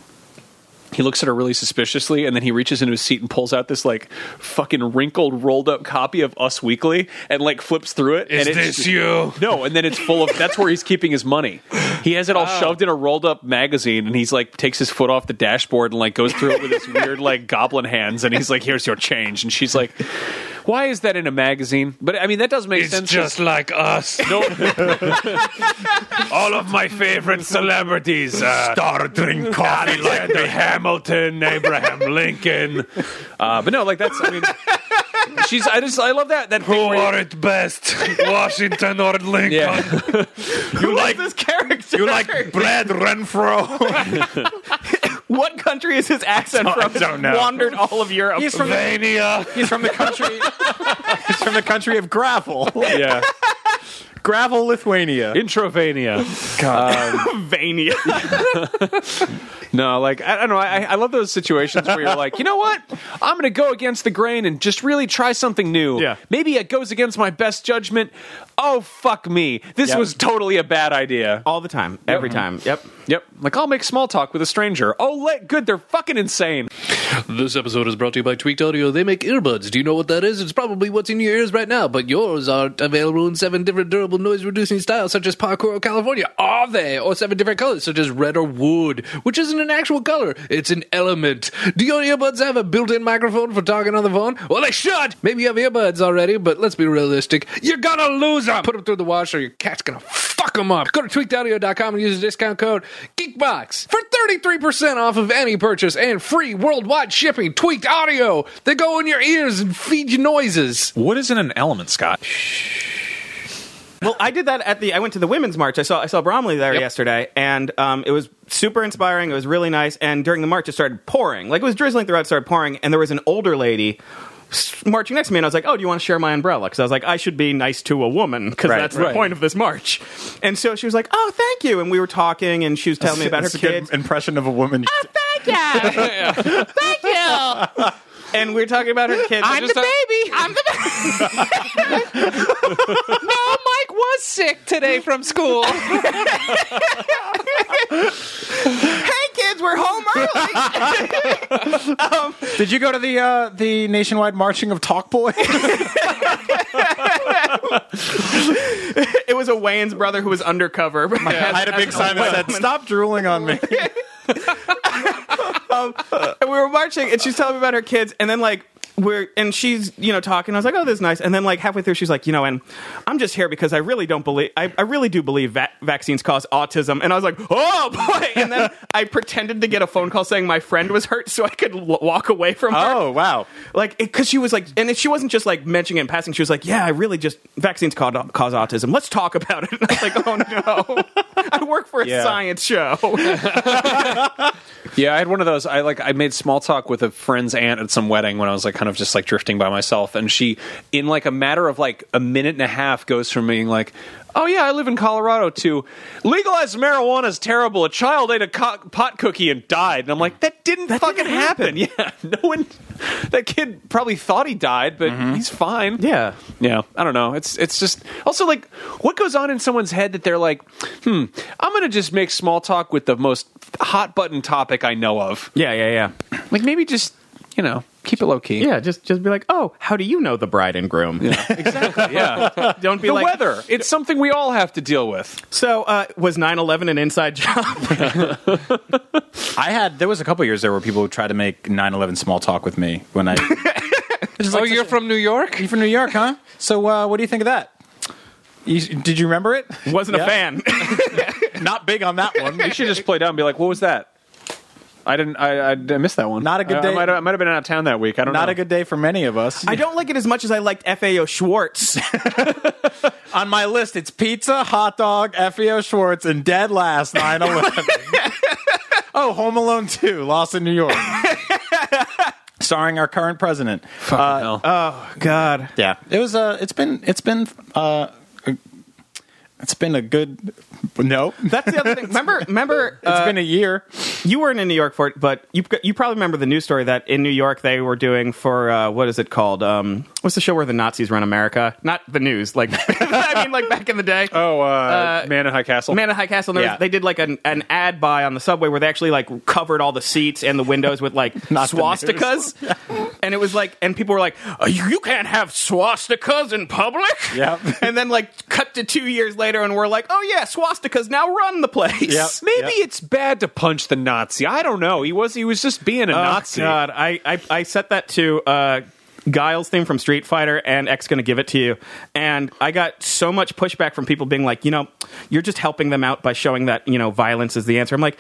S2: He looks at her really suspiciously, and then he reaches into his seat and pulls out this like fucking wrinkled, rolled up copy of Us Weekly, and like flips through it. and it's,
S1: you?
S2: No, and then it's full of. That's where he's keeping his money. He has it all shoved in a rolled up magazine, and he's like takes his foot off the dashboard and like goes through it with his weird like goblin hands, and he's like, "Here's your change," and she's like, "Why is that in a magazine?" But I mean, that does make sense.
S1: like us. No. All of my favorite celebrities uh, start drink coffee like Hamilton, Abraham Lincoln.
S2: uh, but no, like that's. I mean, she's. I just. I love that. That
S1: Who
S2: thing where-
S1: are it best, Washington or Lincoln?
S2: Yeah.
S1: You like
S5: this character.
S1: you like Brad Renfro,
S5: what country is his accent
S1: I
S5: from?
S1: don't
S5: It's
S1: know.
S5: Wandered all of Europe.
S3: He's from the,
S1: Vania.
S3: he's from the country. he's from the country of gravel,
S2: yeah.
S3: gravel, Lithuania.
S2: Introvania.
S5: Pennsylvania.
S2: No, like I I don't know. I, I love those situations where you're like, you know what? I'm going to go against the grain and just really try something new.
S3: Yeah.
S2: Maybe it goes against my best judgment. Oh fuck me! This
S3: Yep.
S2: was totally a bad idea.
S5: all the time. Every time. Yep.
S2: Yep. Like I'll make small talk with a stranger. Oh, let good. They're fucking insane.
S6: This episode is brought to you by Tweaked Audio. They make earbuds. Do you know what that is? It's probably what's in your ears right now, but yours aren't available in seven different durable noise reducing styles, such as Parkour California. Are they? Or seven different colors, such as red or wood, which isn't an actual color, it's an element. Do your earbuds have a built in microphone for talking on the phone? Well, they should! Maybe you have earbuds already, but let's be realistic. You're gonna lose them! Put them through the washer, your cat's gonna fuck them up. Go to tweakedaudio.com and use the discount code GeekBox for 33% off of any purchase and free worldwide shipping. Tweaked Audio. They go in your ears and feed you noises.
S2: What isn't an element, Scott?
S5: Well, I did that at the. I went to the women's march. I saw I saw Bromley there
S6: Yep.
S5: yesterday, and um, it was super inspiring. It was really nice. And during the march, it started pouring. Like it was drizzling throughout. it Started pouring, and there was an older lady s- marching next to me, and I was like, "Oh, do you want to share my umbrella?" Because I was like, "I should be nice to a woman because
S3: Right.
S5: that's
S2: Right.
S5: the point of this march." And so she was like, "Oh, thank you." And we were talking, and she was telling me about her
S3: That's a good
S5: kids.
S3: impression of a woman.
S5: and we were talking about her kids.
S4: I'm the baby. I'm the baby. no, Mike was sick today from school.
S5: hey, kids, we're home early.
S3: Did you go to the uh, the nationwide marching of Talk Boy?
S5: it was a Wayne's brother who was undercover.
S3: I had a big sign that said, "Stop drooling on me."
S5: and we were marching, and she's telling me about her kids, and then like we're and she's you know talking. I was like, oh, this is nice. And then like halfway through, she's like, you know, and I'm just here because I really don't believe I, I really do believe va- vaccines cause autism. And I was like, oh boy. And then I pretended to get a phone call saying my friend was hurt, so I could l- walk away from her.
S3: Oh wow!
S5: Like, because she was like, and it- she wasn't just like mentioning it in passing. She was like, "Yeah, I really just vaccines cause, cause autism. Let's talk about it." And I was like, "Oh no, I work for a
S3: Yeah.
S5: science show."
S2: Yeah, I had one of those. I like I made small talk with a friend's aunt at some wedding when I was like kind of just like drifting by myself, and she, in like a matter of like a minute and a half, goes from being like, "Oh yeah, I live in Colorado," to "Legalized marijuana is terrible. A child ate a co- pot cookie and died," and I'm like, "That didn't fucking happen. Yeah, no one. That kid probably thought he died, but he's fine.
S5: yeah,
S2: Mm-hmm. Yeah, I don't know. It's it's just also like what goes on in someone's head that they're like, hmm, I'm gonna just make small talk with the most hot button topic I know of.
S5: yeah, yeah, yeah.
S2: Like maybe just you know keep it low key.
S5: Yeah, just just be like, oh, how do you know the bride and groom?
S2: yeah.
S5: Don't be
S2: the
S5: like,
S2: weather. It's something we all have to deal with.
S5: so uh, was 9-11 an inside job?
S3: I had there was a couple years there where people would try to make 9/11 small talk with me when I
S4: oh, you're from New York?
S3: you from New York, huh? So uh, what do you think of that? You, did you remember it?
S5: Wasn't
S3: Yeah.
S5: a fan.
S3: Not big on that one.
S2: We should just play down and be like, what was that? I didn't. I, I, I missed that one.
S3: Not a good
S2: I- I
S3: day.
S2: might have- I might have been out of town that week. I don't know.
S3: Not a good day for many of us.
S5: I don't like it as much as I liked FAO Schwartz.
S3: on my list, it's pizza, hot dog, FEO Schwartz, and dead last 9/11. oh, Home Alone 2, Lost in New York. Starring our current president. Uh,
S2: hell.
S5: God.
S3: yeah, it was. Uh, it's been. It's been. Uh, It's been a good no. It's
S5: That's the other thing. Remember, remember, uh,
S3: been a year.
S5: you weren't in New York for it, but you you probably remember the news story that in New York they were doing for uh, what is it called? Um, what's the show where the Nazis run America? Not the news, like I mean, like back in the day.
S2: Oh, uh,
S5: Uh,
S2: Man in High Castle.
S5: Man in High Castle, there was-
S3: Yeah.
S5: they did like an, an ad buy on the subway where they actually like covered all the seats and the windows with like
S3: Not the
S5: swastikas, and it was like, and people were like, "Uh, "You you can't have swastikas in public."
S3: Yep.
S5: And then like cut to two years later, and we're like, "Oh yeah, swastikas now run the place."
S3: Yep.
S2: Maybe it's bad to punch the Nazi. I don't know. He was he was just being a
S5: Oh,
S2: Nazi.
S5: God, I, I I set that to uh, Guile's theme from Street Fighter and X gonna give it to you, and I got so much pushback from people being like, you know, you're just helping them out by showing that you know violence is the answer. I'm like,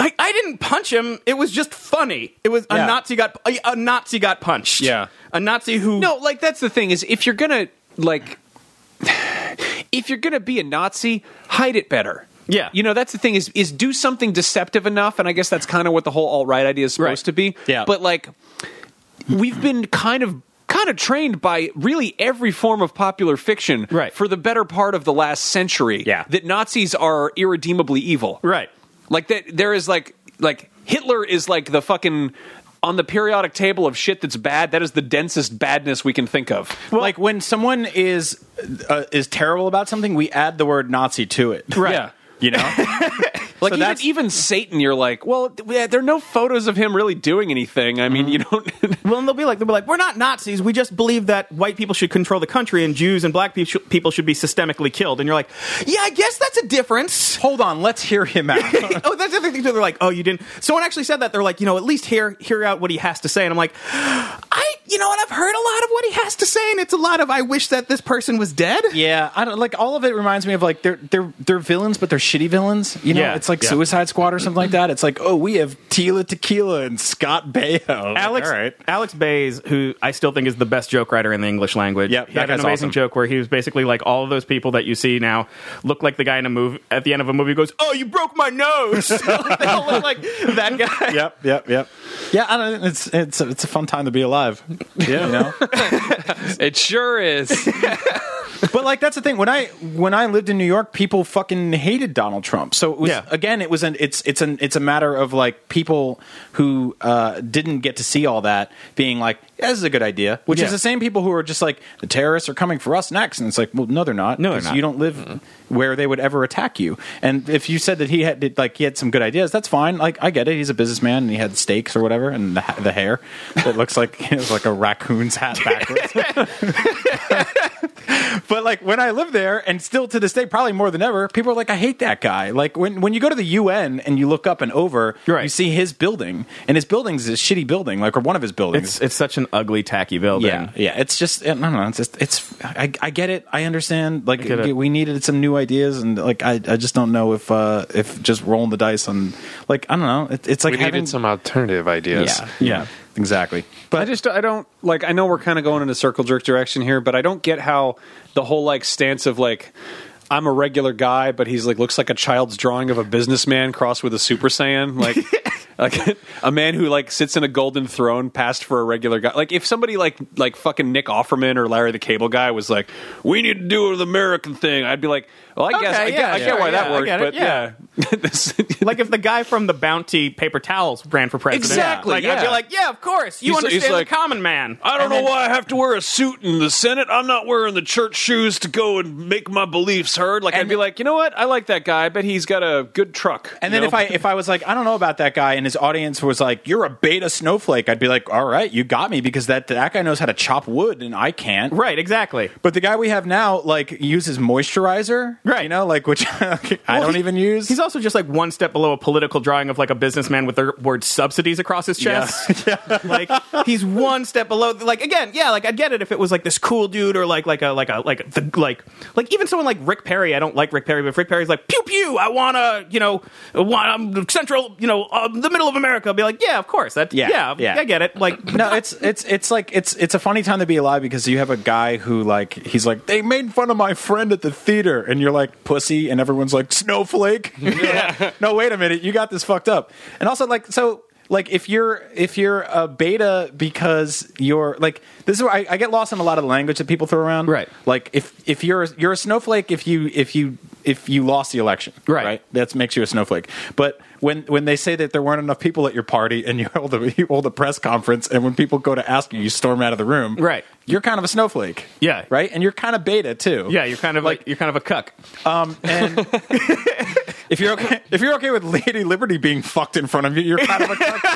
S5: I, I didn't punch him. It was just funny. It was a
S3: Yeah.
S5: Nazi got a, a Nazi got punched.
S2: Yeah.
S5: a Nazi who
S2: No, like that's the thing is if you're gonna like if you're gonna be a Nazi, hide it better.
S5: Yeah.
S2: you know that's the thing is is do something deceptive enough, and I guess that's kind of what the whole alt right idea is supposed
S5: Right.
S2: to be.
S3: Yeah.
S2: but like we've been kind of kind of trained by really every form of popular fiction
S5: Right.
S2: for the better part of the last century.
S3: Yeah.
S2: that Nazis are irredeemably evil.
S5: right.
S2: Like that there is like like Hitler is like the fucking on the periodic table of shit that's bad, that is the densest badness we can think of.
S3: like when someone is uh, is terrible about something, we add the word Nazi to it.
S2: Right. Yeah.
S3: You know,
S2: Like even,
S3: that's-
S2: even Satan, you're like, well, yeah, there are no photos of him really doing anything. I mean, you don't.
S5: Well, and they'll be like, they'll be like, we're not Nazis. We just believe that white people should control the country and Jews and black pe- sh- people should be systemically killed. And you're like, yeah, I guess that's a difference.
S3: hold on. Let's hear him out.
S5: oh, that's the other thing too. They're like, oh, you didn't. Someone actually said that. They're like, you know, at least hear hear out what he has to say. And I'm like, I, you know, and I've heard a lot of what he has to say, and it's a lot of I wish that this person was dead.
S3: yeah, I don't like. All of it reminds me of like they're they're they're villains, but they're shitty villains. You know,
S5: Yeah,
S3: it's like
S5: yeah.
S3: Suicide Squad or something like that. It's like oh, we have Tila Tequila and Scott Baio.
S5: Alex
S3: all right.
S5: Alex Bays, who I still think is the best joke writer in the English language.
S3: Yep,
S5: he
S3: that
S5: had an
S3: guy's
S5: amazing
S3: awesome.
S5: joke where he was basically like all of those people that you see now look like the guy in a movie at the end of a movie who goes, "Oh, you broke my nose." Like, they all look like that guy.
S3: Yep, yep, yep. Yeah, I don't. It's it's it's a fun time to be alive. Yeah, you know.
S4: It sure is.
S3: but like that's the thing when i when i lived in new york people fucking hated donald trump so it was
S5: Yeah.
S3: again it was an it's it's an it's a matter of like people who uh didn't get to see all that being like yeah, this is a good idea which
S5: Yeah.
S3: is the same people who are just like the terrorists are coming for us next and it's like well no they're not
S5: No, they're
S3: 'cause
S5: not. Mm-hmm.
S3: you don't live where they would ever attack you and if you said that he had did, like he had some good ideas that's fine like i get it he's a businessman and he had steaks or whatever and the, ha- the hair that looks like it was like a raccoon's hat backwards but like when I lived there, and still to this day, probably more than ever, people are like, "I hate that guy." Like when when you go to the UN and you look up and over,
S5: Right.
S3: you see his building, and his building's a shitty building, like or one of his buildings.
S5: It's it's such an ugly, tacky building.
S3: yeah, yeah. It's just I don't know. It's just it's. I, I get it. I understand. Like
S5: get it.
S3: we needed some new ideas, and like I, I just don't know if uh if just rolling the dice on like I don't know. It, it's like
S7: We
S3: having
S7: needed some alternative ideas.
S3: yeah yeah exactly.
S2: I just I don't like I know we're kind of going in a circle jerk direction here, but I don't get how the whole like stance of like I'm a regular guy, but he's like looks like a child's drawing of a businessman crossed with a super saiyan, like like a man who like sits in a golden throne passed for a regular guy. Like if somebody like like fucking Nick Offerman or Larry the Cable Guy was like, "We need to do the American thing," I'd be like, "Well, I guess
S5: Okay,
S2: I, get,
S5: yeah,
S2: I get why
S5: sure,
S2: that
S5: yeah, I
S2: worked,
S5: get it,
S2: but
S5: yeah.
S2: yeah, This-
S5: like if the guy from the Bounty paper towels ran for president.
S2: Exactly,
S5: Like I'd
S2: yeah.
S5: be like, yeah, of course. You
S2: He's-
S5: understand
S2: he's like-
S5: the common man.
S2: I don't know why I have to wear a suit in the Senate. I'm not wearing the church shoes to go and make my beliefs heard. Like I'd be like, you know what? I like that guy. I bet he's got a good truck.
S3: And then if I if I was like I don't know about that guy and his audience was like you're a beta snowflake I'd be like all right you got me because that that guy knows how to chop wood and I can't
S5: Right, exactly.
S3: but the guy we have now like uses moisturizer
S5: Right.
S3: you know like which I
S5: Well,
S3: don't
S5: he-
S3: even use
S5: He's also just like one step below a political drawing of like a businessman with the word subsidies across his chest. like he's one step below. Like again, yeah. Like I'd get it if it was like this cool dude or like like a like a like the like like even someone like Rick Perry. I don't like Rick Perry, but if Rick Perry's like pew pew. I wanna you know want um, central you know uh, the middle of America. I'd be like yeah, of course that
S3: Yeah,
S5: yeah
S3: yeah.
S5: I get it. Like
S3: no it's it's it's like it's it's a funny time to be alive because you have a guy who like he's like they made fun of my friend at the theater and you're like pussy and everyone's like snowflake no wait a minute you got this fucked up and also like so like if you're if you're a beta because you're like this is where I, I get lost in a lot of the language that people throw around
S5: Right.
S3: like if if you're a, you're a snowflake if you if you if you lost the election,
S5: Right.
S3: That makes you a snowflake. But when when they say that there weren't enough people at your party and you hold a you hold a press conference and when people go to ask you, you storm out of the room,
S5: Right.
S3: You're kind of a snowflake,
S5: Yeah.
S3: right? And you're kind of beta too,
S5: Yeah, you're kind of like, you're kind of a cuck.
S3: Um, and if you're okay, if you're okay with Lady Liberty being fucked in front of you, you're kind of a cuck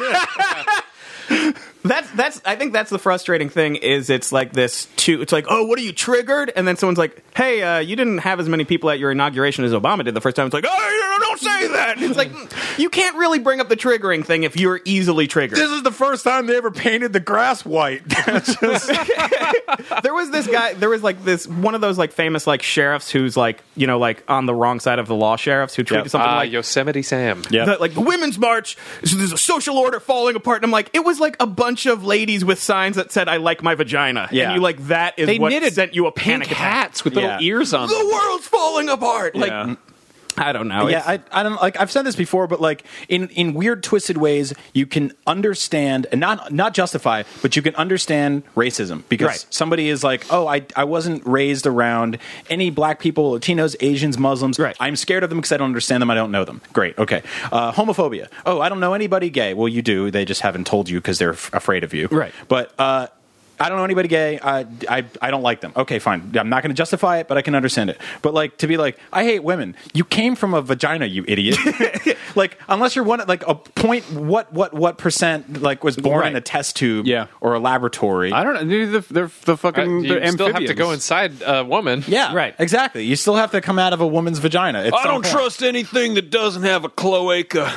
S3: too.
S5: That's that's I think that's the frustrating thing is it's like this too it's like, "Oh, what are you triggered?" And then someone's like, "Hey, uh, you didn't have as many people at your inauguration as Obama did the first time." It's like, "Oh, you don't say that." It's like mm, you can't really bring up the triggering thing if you're easily triggered.
S3: This is the first time they ever painted the grass white.
S5: there was this guy there was like this one of those like famous like sheriffs who's like you know like on the wrong side of the law sheriffs who tweeted
S3: Yep.
S5: something
S4: Ah,
S5: like
S4: Yosemite Sam.
S5: that, like the women's march so there's a social order falling apart and i'm like it was like a bunch of ladies with signs that said i like my vagina
S3: Yeah.
S5: and you like that is
S4: They
S5: what
S4: knitted
S5: sent you a
S4: Pink
S5: panic attack
S4: hats with little
S3: Yeah.
S4: ears on them.
S5: the world's falling apart like i don't know
S3: yeah,
S5: It's-
S3: I, I don't like. I've said this before, but like in in weird, twisted ways, you can understand and not not justify, but you can understand racism because
S5: Right.
S3: somebody is like, oh, I I wasn't raised around any black people, Latinos, Asians, Muslims.
S5: Right.
S3: I'm scared of them because I don't understand them. I don't know them. Great. Okay. Uh, homophobia. Oh, I don't know anybody gay. Well, you do. They just haven't told you because they're f- afraid of you.
S5: Right.
S3: But. uh I don't know anybody gay. I, I, I don't like them. Okay, fine. I'm not going to justify it, but I can understand it. But like to be like, I hate women. You came from a vagina, you idiot. like unless you're one like a point what what what percent like was born in
S2: Right.
S3: a test tube
S2: Yeah.
S3: or a laboratory.
S2: I don't know. They're the, they're the
S4: Uh,
S2: fucking.
S4: you
S2: they're
S4: still have to
S2: amphibians.
S4: go inside a woman.
S3: yeah,
S5: Right.
S3: Exactly. You still have to come out of a woman's vagina. at
S1: I
S3: some
S1: don't
S3: point.
S1: trust anything that doesn't have a cloaca.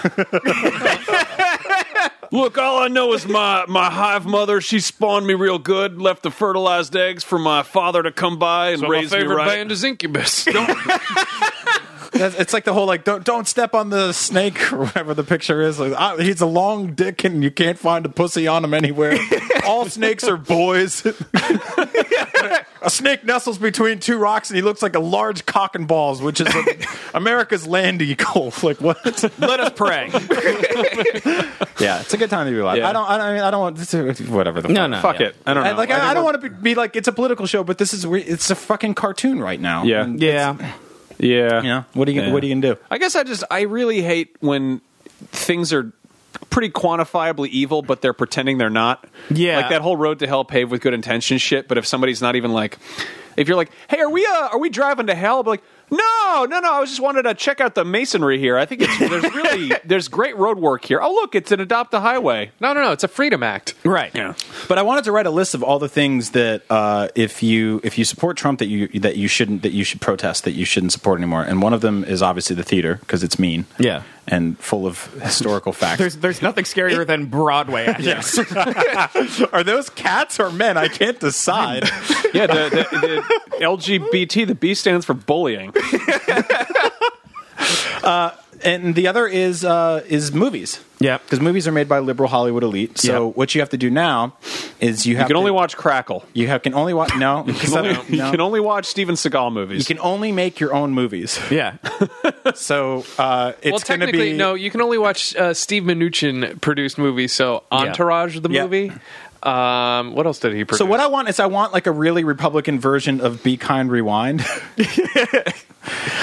S1: Look, all I know is my, my hive mother, she spawned me real good, left the fertilized eggs for my father to come by and
S4: So my
S1: raise me
S4: favorite
S1: right.
S4: band is Incubus.
S3: That's- It's like the whole like don't don't step on the snake or whatever the picture is. Like, I, he's a long dick and you can't find a pussy on him anywhere. All snakes are boys. a snake nestles between two rocks and he looks like a large cock and balls, which is like, America's land eagle. Like what?
S5: let us pray
S3: Yeah, it's a good time to be alive. I don't. I don't. I, mean, I don't want this. Whatever. The
S5: No, no,
S2: Fuck
S5: yeah.
S2: it. I don't know.
S3: I, like I, I don't want to be, be like it's a political show, but this is re- it's a fucking cartoon right now.
S2: Yeah.
S3: And,
S5: yeah
S2: Yeah.
S3: you know what are you
S2: Yeah.
S3: what are you gonna do?
S2: I guess I just I really hate when things are pretty quantifiably evil, but they're pretending they're not.
S5: Yeah.
S2: like that whole road to hell paved with good intentions shit. But if somebody's not even like, if you're like, hey, are we uh, are we driving to hell? I'll be like. No, no, no. I was just wanted to check out the masonry here. I think it's, there's really there's great road work here. Oh, look, it's an adopt a highway.
S4: no, no, no. It's a Freedom Act.
S5: right
S3: But I wanted to write a list of all the things that uh, if you if you support Trump that you that you shouldn't that you should protest that you shouldn't support anymore. And one of them is obviously the theater because it's mean.
S5: Yeah.
S3: And full of historical facts.
S5: there's there's nothing scarier than broadway acting.
S3: yes. Are those cats or men? I can't decide.
S2: Yeah, the, the, the LGBT, the B stands for bullying.
S3: and the other is uh, is movies.
S5: Yeah.
S3: Because movies are made by liberal Hollywood elite. So
S2: Yeah.
S3: what you have to do now is you have
S2: You can
S3: to-
S2: only watch Crackle.
S3: you have, can only watch no you
S2: You can only- You can only watch Steven Seagal movies.
S3: you can only make your own movies.
S5: yeah
S3: So uh, it's
S4: well,
S3: going to
S4: technically,
S3: be
S4: no. You can only watch uh, Steve Mnuchin produced movies. So Entourage, the
S3: Yeah.
S4: movie. Um, what else did he produce?
S3: So what I want is I want like a really Republican version of Be Kind Rewind.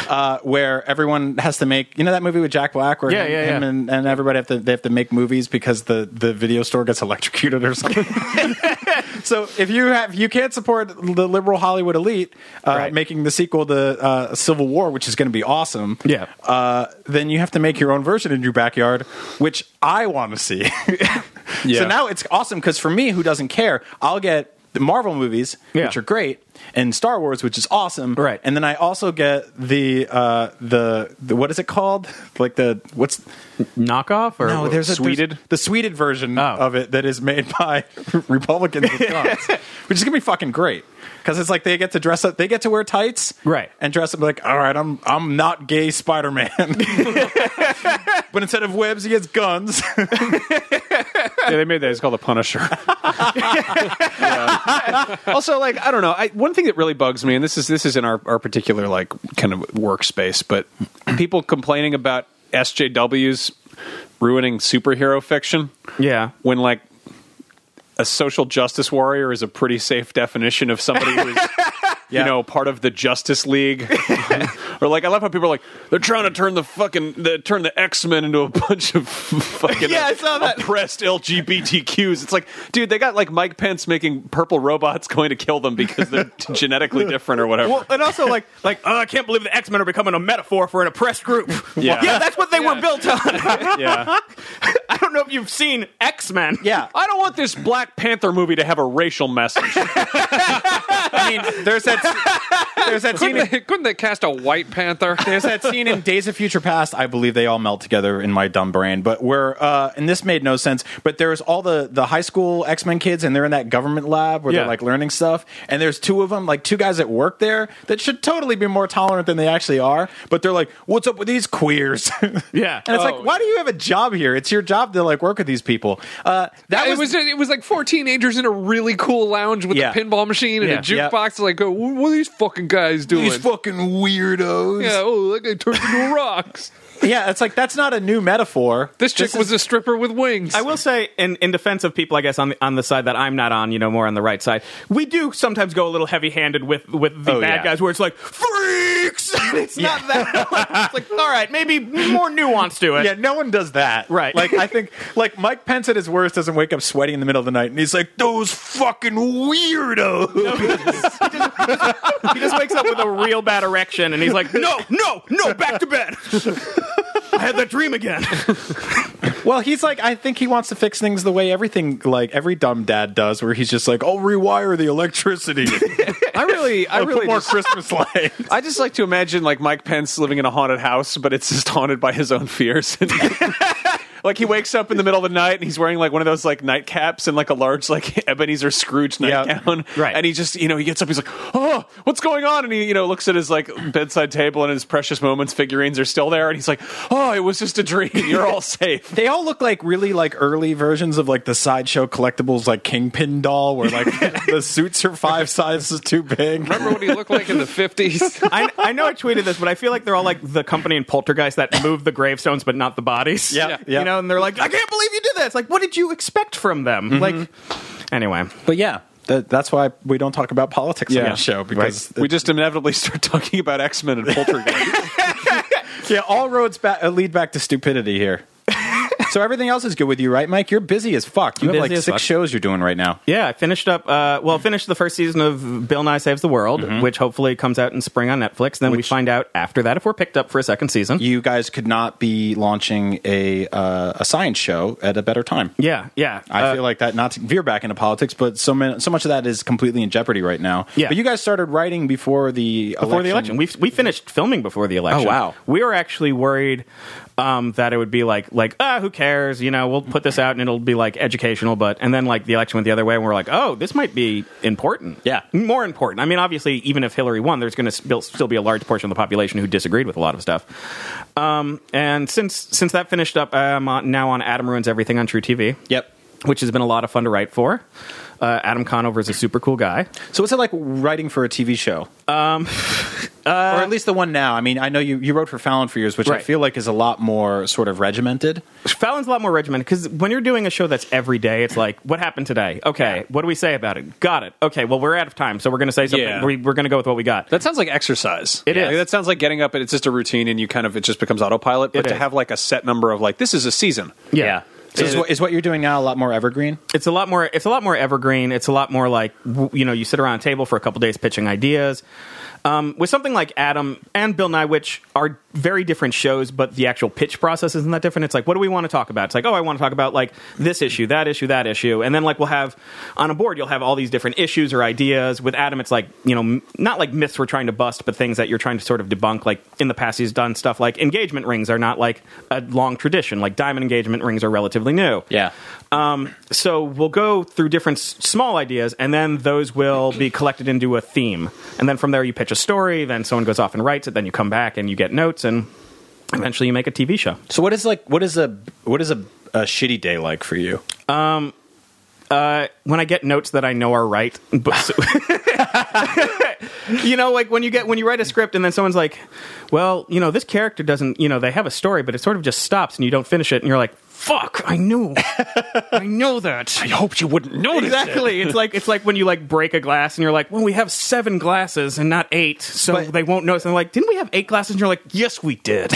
S3: Uh, where everyone has to make you know that movie with Jack Black where
S5: Yeah,
S3: him,
S5: yeah, yeah.
S3: him And, and everybody have to they have to make movies because the, the video store gets electrocuted or something. so if you have you can't support the liberal Hollywood elite uh,
S5: Right.
S3: making the sequel to uh, Civil War, which is going to be awesome,
S5: Yeah.
S3: uh, then you have to make your own version in your backyard, which I want to see. So now it's awesome because for me, who doesn't care, I'll get the Marvel movies,
S5: Yeah.
S3: which are great, and Star Wars, which is awesome,
S5: Right.
S3: And then I also get the uh, the, the what is it called? Like the what's
S5: knockoff or
S3: no? There's a there's
S2: Sweeted?
S3: the sweeted version
S5: Oh.
S3: of it that is made by Republicans with guns, which is gonna be fucking great. Because it's like they get to dress up, they get to wear tights,
S5: Right.
S3: And dress up like, all right, I'm I'm not gay Spider Man, but instead of webs, he has guns.
S2: yeah, they made that. It's called The Punisher. Yeah. Also, like I don't know. I, one thing that really bugs me, and this is this is in our, our particular like kind of workspace, but people complaining about SJWs ruining superhero fiction.
S5: yeah
S2: when like a social justice warrior is a pretty safe definition of somebody who's
S3: Yeah.
S2: you know, part of the Justice League. or like, I love how people are like, they're trying to turn the fucking, the, turn the X Men into a bunch of fucking
S5: Yeah, I saw that.
S2: oppressed LGBTQs. It's like, dude, they got like Mike Pence making purple robots going to kill them because they're genetically different or whatever.
S5: Well, and also like like oh, I can't believe the X Men are becoming a metaphor for an oppressed group.
S2: Yeah.
S5: that's what they were built on.
S2: yeah.
S5: I don't know if you've seen X Men.
S3: Yeah.
S2: I don't want this Black Panther movie to have a racial message.
S3: I mean, there's that there's that scene
S4: Couldn't
S3: in,
S4: they, couldn't they cast a White Panther?
S3: there's that scene in Days of Future Past. I believe they all melt together in my dumb brain, but where uh, and this made no sense. But there's all the the high school X Men kids, and they're in that government lab where
S2: Yeah.
S3: they're like learning stuff. And there's two of them, like two guys that work there that should totally be more tolerant than they actually are. But they're like, "What's up with these queers?"
S5: Yeah.
S3: and it's
S4: Oh.
S3: like, why do you have a job here? It's your job to like work with these people. Uh, that
S4: it was it was like four teenagers in a really cool lounge with
S3: Yeah.
S4: a pinball machine and
S5: Yeah.
S4: a jukebox. Like, oh, what are these fucking guys doing?
S3: these fucking weirdos.
S4: yeah, oh, that guy turns into rocks.
S3: Yeah, it's like that's not a new metaphor.
S4: This chick was a stripper with wings.
S5: I will say, in, in defense of people, I guess on the, on the side that I'm not on, you know, more on the right side, we do sometimes go a little heavy handed with with the
S3: Oh,
S5: bad
S3: yeah.
S5: guys, where it's like freaks. it's not that. it's like all right, maybe more nuance to it.
S3: Yeah, no one does that.
S5: Right.
S3: Like I think like Mike Pence at his worst doesn't wake up sweating in the middle of the night and he's like, Those fucking weirdos.
S5: He just wakes up with a real bad erection, and he's like, no, no, no, back to bed. I had that dream again.
S3: well, he's like I think he wants to fix things the way everything like every dumb dad does, where he's just like, I'll rewire the electricity.
S2: I really, I
S3: I'll put
S2: really
S3: more
S2: just-
S3: Christmas lights.
S2: I just like to imagine like Mike Pence living in a haunted house, but it's just haunted by his own fears. like he wakes up in the middle of the night and he's wearing like one of those like nightcaps and like a large like Ebenezer Scrooge
S3: Yeah.
S2: nightgown.
S5: Right.
S2: And he just you know he gets up, he's like, oh, what's going on? And he you know looks at his like bedside table and his Precious Moments figurines are still there, and he's like, oh, it was just a dream. You're all safe.
S3: They all look like really like early versions of like the sideshow collectibles like Kingpin doll where like the suits are five sizes too big.
S4: Remember what he looked like in the fifties?
S5: I, I know I tweeted this, but I feel like they're all like the company in Poltergeist that moved the gravestones but not the bodies.
S3: Yeah, yeah.
S5: You know, and they're like, I can't believe you did that. It's like, what did you expect from them? Like, anyway.
S3: But yeah, that, that's why we don't talk about politics on
S2: Yeah.
S3: the show because
S2: We just inevitably start talking about X Men and Poltergeist.
S3: yeah, all roads ba- uh, lead back to stupidity here. so everything else is good with you, right, Mike? You're busy as fuck. You
S5: I'm
S3: have
S5: busy
S3: like
S5: as
S3: six
S5: fuck.
S3: shows you're doing right now.
S5: Yeah, I finished up, uh, well, finished the first season of Bill Nye Saves the World,
S3: Mm-hmm.
S5: which hopefully comes out in spring on Netflix. Then we find out after that if we're picked up for a second season.
S3: You guys could not be launching a uh, a science show at a better time.
S5: yeah, yeah.
S3: I
S5: Uh,
S3: feel like that not to veer back into politics, but so man, so much of that is completely in jeopardy right now.
S5: Yeah.
S3: But you guys started writing before the
S5: before the election. We we finished filming before the election.
S3: Oh, wow.
S5: We were actually worried um, that it would be like like ah who cares you know we'll put this out and it'll be like educational but and then like the election went the other way and we're like oh this might be important
S3: Yeah.
S5: more important. I mean obviously even if Hillary won there's going to still, still be a large portion of the population who disagreed with a lot of stuff. Um, and since since that finished up I'm on, now on Adam ruins everything on True TV.
S3: Yep.
S5: Which has been a lot of fun to write for. Uh, Adam Conover is a super cool guy.
S3: So what's it like writing for a TV show? Um, or at least the one now. I mean, I know you, you wrote for Fallon for years, which I
S5: uh, Right.
S3: feel like is a lot more sort of regimented.
S5: Fallon's a lot more regimented because when you're doing a show that's every day, it's like, what happened today? Okay, what do we say about it? Got it. Okay, well, we're out of time, so we're going to say something.
S2: Yeah.
S5: We, we're going to go with what we got.
S2: That sounds like exercise.
S5: It is.
S2: That sounds like getting up and it's just a routine and you kind of, it just becomes autopilot. But
S5: It
S2: to
S5: is.
S2: have like a set number of like, this is a season.
S5: yeah.
S3: So is, what, is what you're doing now a lot more evergreen?
S5: It's a lot more. It's a lot more evergreen. It's a lot more like w- you know, you sit around a table for a couple days pitching ideas. Um, with something like Adam and Bill Nye, which are very different shows, but the actual pitch process isn't that different. It's like, what do we want to talk about? It's like, oh, I want to talk about like this issue, that issue, that issue, and then like we'll have on a board, you'll have all these different issues or ideas. With Adam, it's like you know, m- not like myths we're trying to bust, but things that you're trying to sort of debunk. Like in the past, he's done stuff like engagement rings are not like a long tradition. Like diamond engagement rings are relatively new.
S3: Yeah.
S5: Um, so we'll go through different s- small ideas, and then those will be collected into a theme. And then from there, you pitch a story. Then someone goes off and writes it. Then you come back and you get notes, and eventually you make a TV show.
S3: So what is like what is a what is a, a shitty day like for you?
S5: When I get notes that I know are right, but you know, like when you get when you write a script, and then someone's like, "Well, you know, this character doesn't. You know, they have a story, but it sort of just stops, and you don't finish it, and you're like." fuck, I knew. I know that. I hoped you wouldn't notice. Exactly. it's like it's like when you like break a glass and you're like, well, we have seven glasses and not eight, so they won't notice. And they're like, didn't we have eight glasses? And you're like, yes, we did.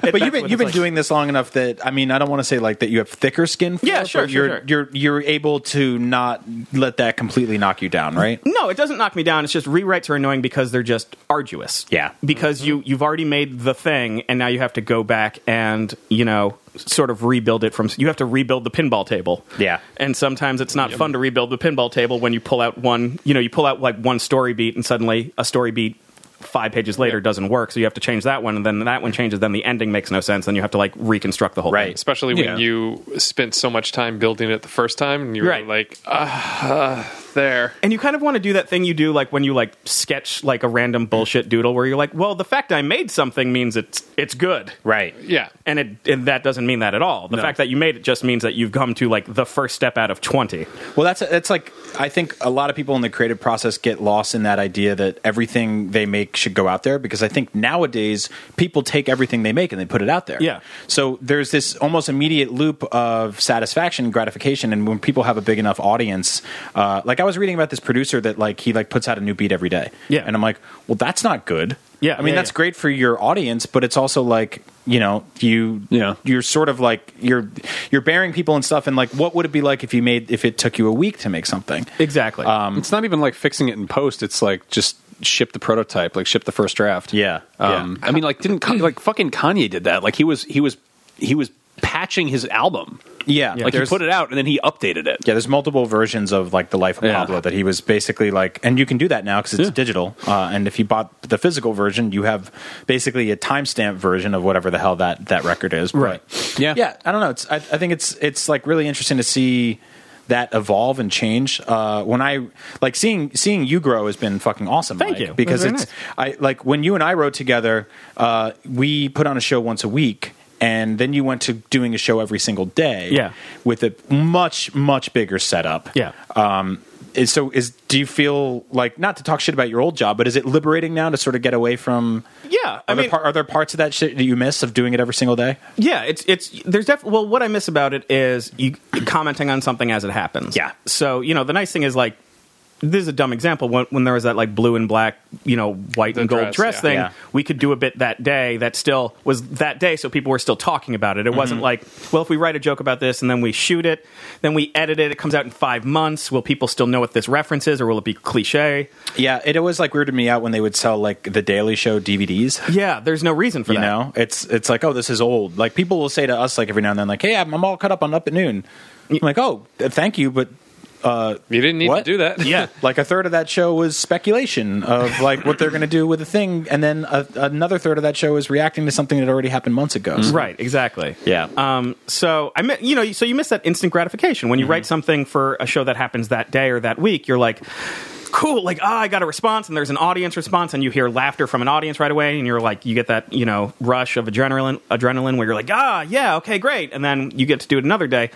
S3: But you've been you've been doing this long enough that I mean I don't want to say like that you have thicker skin. for
S5: Yeah,
S3: it, but
S5: sure, sure,
S3: You're
S5: sure.
S3: you're you're able to not let that completely knock you down, right?
S5: No, it doesn't knock me down. It's just rewrites are annoying because they're just arduous.
S3: Yeah.
S5: Because you you've already made the thing and now you have to go back and, you know, sort of rebuild it from you have to rebuild the pinball table.
S3: Yeah.
S5: And sometimes it's not fun to rebuild the pinball table when you pull out one, you know, you pull out like one story beat and suddenly a story beat 5 pages later doesn't work, so you have to change that one and then that one changes then the ending makes no sense then you have to like reconstruct the whole
S3: Right.
S5: thing.
S4: especially when you spent so much time building it the first time and you were
S5: Right.
S4: like ah, uh, there
S5: And you kind of want to do that thing you do, like when you like sketch like a random bullshit doodle, where you're like, "Well, the fact I made something means it's it's good,"
S3: Right.
S4: yeah
S5: and it and that doesn't mean that at all. The fact that you made it just means that you've come to like the first step out of twenty.
S3: Well, that's that's like I think a lot of people in the creative process get lost in that idea that everything they make should go out there because I think nowadays people take everything they make and they put it out there.
S5: Yeah.
S3: So there's this almost immediate loop of satisfaction, and gratification, and when people have a big enough audience, uh, like I was reading about this producer that like he like puts out a new beat every day.
S5: Yeah.
S3: And I'm like, well, that's not good.
S5: Yeah,
S3: I mean,
S5: yeah,
S3: that's
S5: yeah.
S3: great for your audience, but it's also like you know you
S2: Yeah.
S3: you're sort of like you're you're burying people and stuff and like what would it be like if you made if it took you a week to make something
S5: Exactly.
S3: Um,
S2: It's not even like fixing it in post. It's like just ship the prototype, like ship the first draft.
S3: Yeah,
S2: Um, I mean, like didn't Kan- like fucking Kanye did that? Like he was he was he was patching his album.
S3: yeah,
S2: like he
S3: there's-
S2: put it out and then he updated it.
S3: yeah there's multiple versions of like the life of
S2: Yeah.
S3: pablo that he was basically like and you can do that now because it's
S2: Yeah.
S3: digital uh, and if you bought the physical version you have basically a timestamp version of whatever the hell that that record is But-
S2: Right. Yeah.
S3: yeah i don't know it's I, I think it's it's like really interesting to see that evolve and change uh when i like seeing seeing you grow has been fucking awesome
S5: Thank
S3: Mike,
S5: you. That's
S3: because
S5: very
S3: it's i like when you and i wrote together uh we put on a show once a week and then you went to doing a show every single day
S5: Yeah.
S3: with a much much bigger setup
S5: Yeah.
S3: um is, so is do you feel like not to talk shit about your old job but is it liberating now to sort of get away from
S5: yeah, I
S3: are, there
S5: mean,
S3: par- are there parts of that shit that you miss of doing it every single day
S5: yeah, it's it's there's definitely well, what I miss about it is you commenting on something as it happens.
S3: Yeah.
S5: So you know, the nice thing is like. This is a dumb example. When, when there was that like blue and black, you know, white and gold
S4: dress,
S5: dress,
S4: yeah.
S5: thing,
S3: Yeah.
S5: we could do a bit that day that still was that day, so people were still talking about it. It wasn't like, well, if we write a joke about this and then we shoot it, then we edit it, it comes out in five months. Will people still know what this reference is, or will it be cliche?
S3: Yeah, it always like weirded me out when they would sell like the Daily Show DVDs.
S5: Yeah, there's no reason for
S3: You
S5: that.
S3: know, it's it's like oh, this is old. Like people will say to us like every now and then, like, hey, I'm, I'm all cut up on Up at Noon. I'm like, oh, th- thank you, but
S4: you didn't need
S3: What?
S4: to do that
S5: Yeah,
S3: like a third of that show was speculation of like what they're going to do with a thing, and then a, another third of that show is reacting to something that already happened months ago. So-
S5: Mm-hmm. right, exactly.
S3: Yeah.
S5: Um, so I, mi- you know, so you miss that instant gratification when you write something for a show that happens that day or that week. You're like, cool, like ah, I got a response, and there's an audience response, and you hear laughter from an audience right away, and you're like, you get that you know rush of adrenaline, adrenaline where you're like, ah, yeah, okay, great, and then you get to do it another day.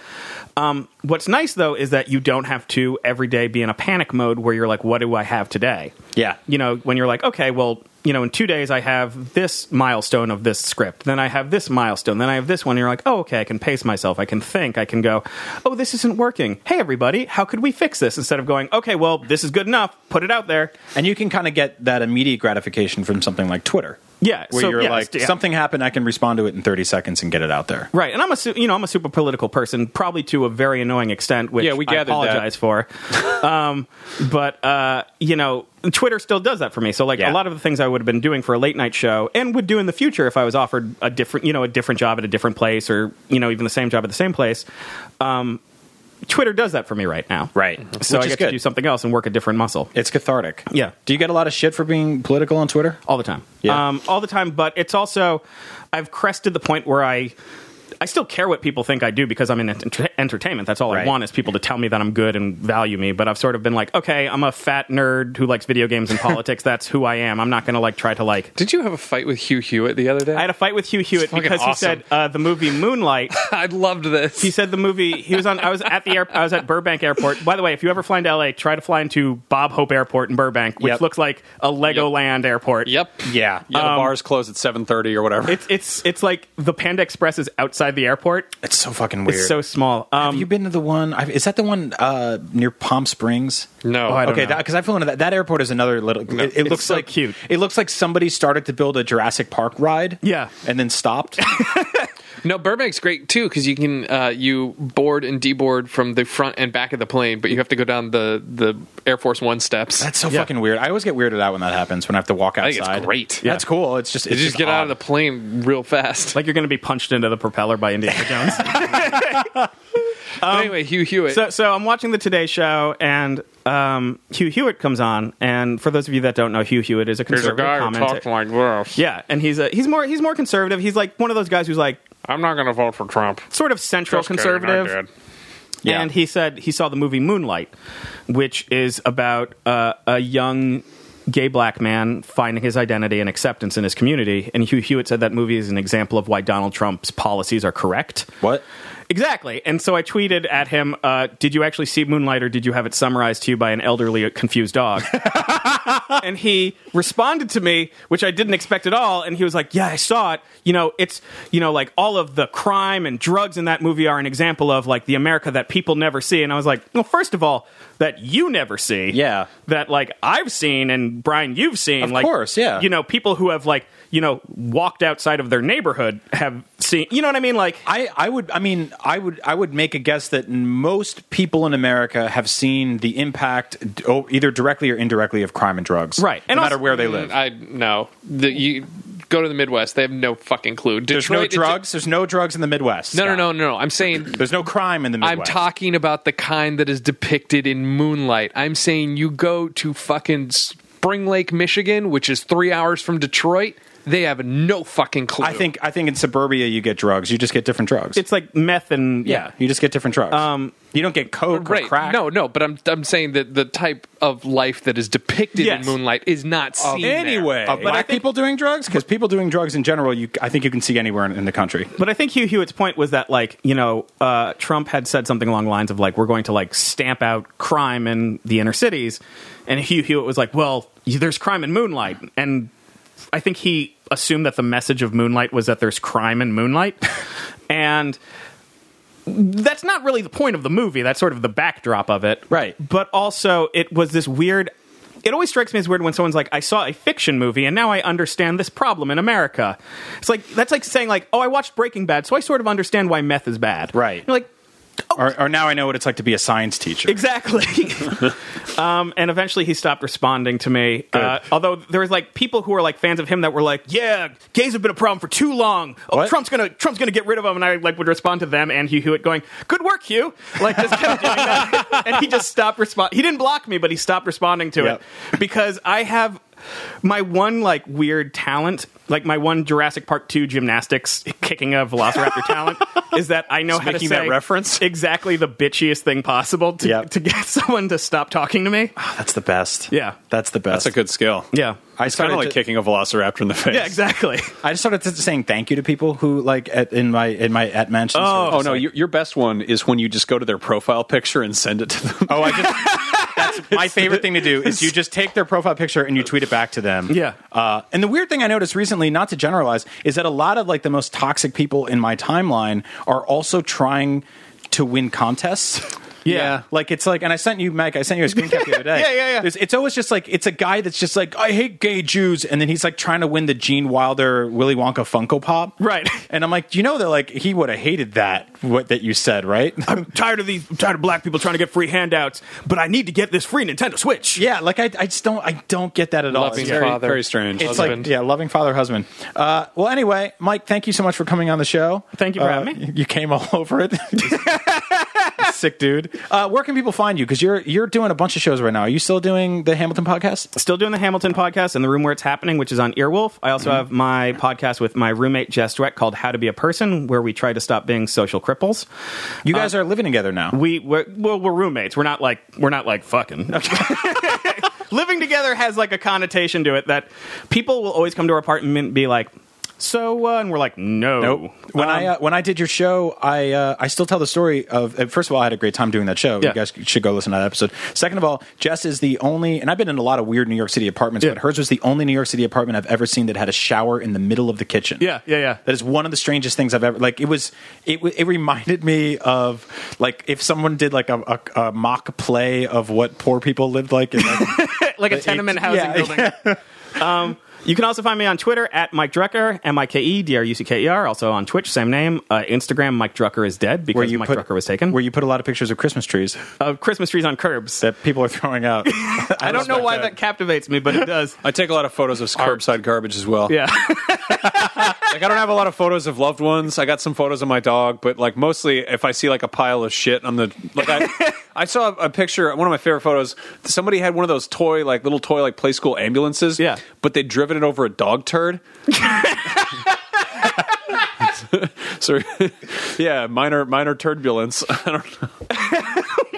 S5: Um, what's nice though is that you don't have to every day be in a panic mode where you're like, what do I have today?
S3: Yeah.
S5: you know, when you're like, okay, well, you know, in two days I have this milestone of this script, then I have this milestone, then I have this one. And you're like, oh, okay, I can pace myself, I can think, I can go, oh, this isn't working. Hey, everybody, how could we fix this? Instead of going, okay, well, this is good enough, put it out there.
S3: And you can kind of get that immediate gratification from something like Twitter,
S5: Yeah,
S3: where
S5: so-
S3: you're
S5: yes,
S3: like,
S5: yeah.
S3: something happened, I can respond to it in 30 seconds and get it out there.
S5: Right, and I'm a su- you know I'm a super political person, probably to a very annoying extent, which
S2: Yeah, we
S5: I
S2: gathered that.
S5: apologize for. um, but uh, you know, Twitter still does that for me. So like
S3: Yeah.
S5: a lot of the things I would have been doing for a late night show and would do in the future if I was offered a different you know a different job at a different place or you know even the same job at the same place. Um, Twitter does that for me right now.
S3: Right.
S5: So
S3: Which
S5: I
S3: is
S5: get
S3: good.
S5: to do something else and work a different muscle
S3: It's cathartic.
S5: Yeah.
S3: Do you get a lot of shit for being political on Twitter?
S5: all the time.
S3: Yeah.
S5: Um, all the time, but it's also I've crested the point where I I still care what people think I do because I'm in ent- entertainment. That's all I
S3: Right.
S5: want is people to tell me that I'm good and value me. But I've sort of been like, okay, I'm a fat nerd who likes video games and politics. That's who I am. I'm not going to like try to like
S4: did you have a fight with hugh hewitt the other day
S5: I had a fight with Hugh Hewitt
S4: fucking
S5: because he
S4: awesome.
S5: said uh, the movie Moonlight.
S4: I loved this
S5: He said the movie he was on. I was at the air, I was at Burbank Airport. By the way, if you ever fly into LA, try to fly into Bob Hope Airport in Burbank, which
S3: Yep.
S5: looks like a Legoland airport.
S4: yep
S3: Yeah. Um,
S2: Yeah, the bars close at seven thirty or whatever.
S5: It's it's it's like the Panda Express is outside outside the airport.
S3: It's so fucking weird.
S5: It's so small. Um,
S3: Have you been to the one? I've, is that the one uh, near Palm Springs?
S4: No. Oh, I don't
S3: okay,
S4: know.
S3: because I flew into that. That airport is another little. It, it looks
S5: so
S3: like
S5: cute.
S3: It looks like somebody started to build a Jurassic Park ride.
S5: Yeah.
S3: and then stopped.
S4: No, Burbank's great too because you can uh, you board and deboard from the front and back of the plane, but you have to go down the the Air Force One steps.
S3: That's so fucking weird. I always get weirded out when that happens. When I have to walk outside.
S4: think it's great.
S3: That's cool. It's just.
S4: you
S3: It's
S4: just get out of
S3: odd.
S4: the plane real fast.
S5: like you're going to be punched into the propeller by Indiana Jones.
S4: But
S3: um,
S4: anyway, Hugh Hewitt.
S5: so, so I'm watching the Today Show, and um, Hugh Hewitt comes on. And for those of you that don't know, Hugh Hewitt is a
S4: there's a
S5: conservative
S4: guy who
S5: commentator.
S4: talks like this.
S5: yeah, and he's a he's more he's more conservative. He's like one of those guys who's like
S4: I'm not going to vote for Trump.
S5: sort of central
S4: Just kidding, I
S5: conservative.
S4: did.
S3: Yeah.
S5: And he said he saw the movie Moonlight, which is about uh, a young gay black man finding his identity and acceptance in his community. And Hugh Hewitt said that movie is an example of why Donald Trump's policies are correct.
S3: What?
S5: Exactly. And so I tweeted at him, uh, Did you actually see Moonlight or did you have it summarized to you by an elderly, uh, confused dog? and he responded to me, which I didn't expect at all. And he was like, Yeah, I saw it. You know, it's, you know, like all of the crime and drugs in that movie are an example of like the America that people never see. And I was like, Well, first of all, that you never see.
S3: Yeah.
S5: That like I've seen and Brian, you've seen.
S3: Of
S5: like,
S3: course, yeah.
S5: You know, people who have like, you know, walked outside of their neighborhood have seen, you know what I mean? Like,
S3: I, I would I mean I would I would make a guess that most people in America have seen the impact d- oh, either directly or indirectly of crime and drugs.
S5: Right.
S3: No
S5: And
S3: matter
S5: also-
S3: where they
S4: Mm,
S3: live.
S4: I no. The, you go to the Midwest. They have no fucking clue.
S3: There's no
S4: Detroit-
S3: drugs. There's no drugs in the Midwest.
S4: No, no,
S3: Scott.
S4: no, no, no. I'm saying
S3: There's no crime in the Midwest.
S4: I'm talking about the kind that is depicted in Moonlight. I'm saying you go to fucking Spring Lake, Michigan, which is three hours from Detroit. They have no fucking clue.
S3: I think I think in suburbia you get drugs. You just get different drugs.
S5: it's like meth and
S3: yeah, you just get different drugs. Um, you don't get coke
S4: Right.
S3: or crack.
S4: No, no, but I'm I'm saying that the type of life that is depicted
S5: Yes.
S4: in Moonlight is not seen there.
S3: Uh, anyway, of
S5: But I
S3: black
S5: think-
S3: people doing drugs because people doing drugs in general, you I think you can see anywhere in, in the country.
S5: But I think Hugh Hewitt's point was that, like, you know, uh, Trump had said something along the lines of, like, we're going to, like, stamp out crime in the inner cities. And Hugh Hewitt was like, well, y- there's crime in Moonlight. And I think he assumed that the message of Moonlight was that there's crime in Moonlight. and that's not really the point of the movie. That's sort of the backdrop of it.
S3: Right.
S5: But also, it was this weird. It always strikes me as weird when someone's like, I saw a fiction movie and now I understand this problem in America. It's like, that's like saying, like, oh, I watched Breaking Bad, so I sort of understand why meth is bad.
S3: Right.
S5: You're like,
S3: Or, or now I know what it's like to be a science teacher.
S5: Exactly. um, and eventually he stopped responding to me. Uh, although there was like people who were like fans of him that were like, "Yeah, gays have been a problem for too long. Oh,
S3: What?
S5: Trump's gonna Trump's gonna get rid of them." And I like would respond to them and Hugh Hewitt going, "Good work, Hugh." Like just kept doing that. And he just stopped respond. He didn't block me, but he stopped responding to
S3: Yep.
S5: it because I have my one like weird talent. Like my one Jurassic Park two gymnastics kicking a Velociraptor talent is that I know how to
S3: making
S5: say
S3: that reference?
S5: exactly the bitchiest thing possible to,
S3: Yep.
S5: to get someone to stop talking to me.
S3: That's the best.
S5: Yeah.
S3: that's the best.
S2: That's a good skill.
S5: Yeah.
S3: I
S2: Kind
S3: started
S2: of like
S3: to-
S2: kicking a velociraptor in the face.
S5: Yeah, exactly.
S3: I just started just saying thank you to people who like at, in my in my at mansions.
S5: Oh.
S2: Oh no, your, your best one is when you just go to their profile picture and send it to them.
S3: oh! I just that's my favorite thing to do is you just take their profile picture and you tweet it back to them.
S5: Yeah.
S3: Uh, and the weird thing I noticed recently, not to generalize, is that a lot of like the most toxic people in my timeline are also trying to win contests.
S2: Yeah.
S3: Like it's like, and I sent you, Mike. I sent you a screen cap the other day.
S5: Yeah, yeah, yeah.
S3: There's- it's always just like it's a guy that's just like, I hate gay Jews, and then he's like trying to win the Gene Wilder Willy Wonka Funko Pop,
S5: Right.
S3: And I'm like, you know, they're like, he would have hated that what that you said, right?
S5: I'm tired of these I'm tired of black people trying to get free handouts, but I need to get this free Nintendo Switch.
S3: yeah, like I, I just don't, I don't get that at all.
S4: Loving
S3: It's
S2: Very,
S3: very-
S4: Father.
S2: very strange.
S3: It's
S4: Husband.
S3: like yeah, loving father, husband. Uh, well, anyway, Mike, thank you so much for coming on the show.
S5: Thank you for
S3: Uh,
S5: having me.
S3: You came all over it, sick dude. Uh, where can people find you? Because you're you're doing a bunch of shows right now. Are you still doing the Hamilton podcast?
S5: Still doing the Hamilton podcast and the room where it's happening, which is on Earwolf. I also have my podcast with my roommate Jess Dweck called How to Be a Person, where we try to stop being social cripples.
S3: You
S2: Uh,
S3: guys are living together now.
S5: We we're, well, we're roommates. We're not like we're not like fucking. Living together has like a connotation to it that people will always come to our apartment and be like, So, uh, and we're like, no. Um,
S3: Nope. When I uh, when I did your show, I uh, I still tell the story of. uh, First of all, I had a great time doing that show.
S5: Yeah.
S3: You guys should go listen to that episode. Second of all, Jess is the only, and I've been in a lot of weird New York City apartments,
S5: Yeah.
S3: but hers was the only New York City apartment I've ever seen that had a shower in the middle of the kitchen.
S5: Yeah, yeah, yeah.
S3: That is one of the strangest things I've ever like. It was it w- it reminded me of like if someone did like a, a, a mock play of what poor people lived like. In, like
S5: like a
S3: the
S5: tenement
S3: eight-
S5: housing
S3: yeah,
S5: building. um, you can also find me on Twitter at Mike Drucker, M I K E D R U C K E R. Also on Twitch, same name. Uh, Instagram, Mike Drucker is dead because Mike Drucker was taken.
S3: Where you put a lot of pictures of Christmas trees
S5: of Christmas trees on curbs.
S3: that people are throwing out.
S5: I don't know why that captivates me, but it does.
S1: I take a lot of photos of curbside garbage as well.
S5: yeah.
S1: Like I don't have a lot of photos of loved ones. I got some photos of my dog, but like mostly if I see like a pile of shit on the like I I saw a picture, one of my favorite photos, somebody had one of those toy like little toy like play school ambulances.
S5: Yeah.
S1: But they'd driven it over a dog turd. so yeah, minor minor turbulence. I don't know.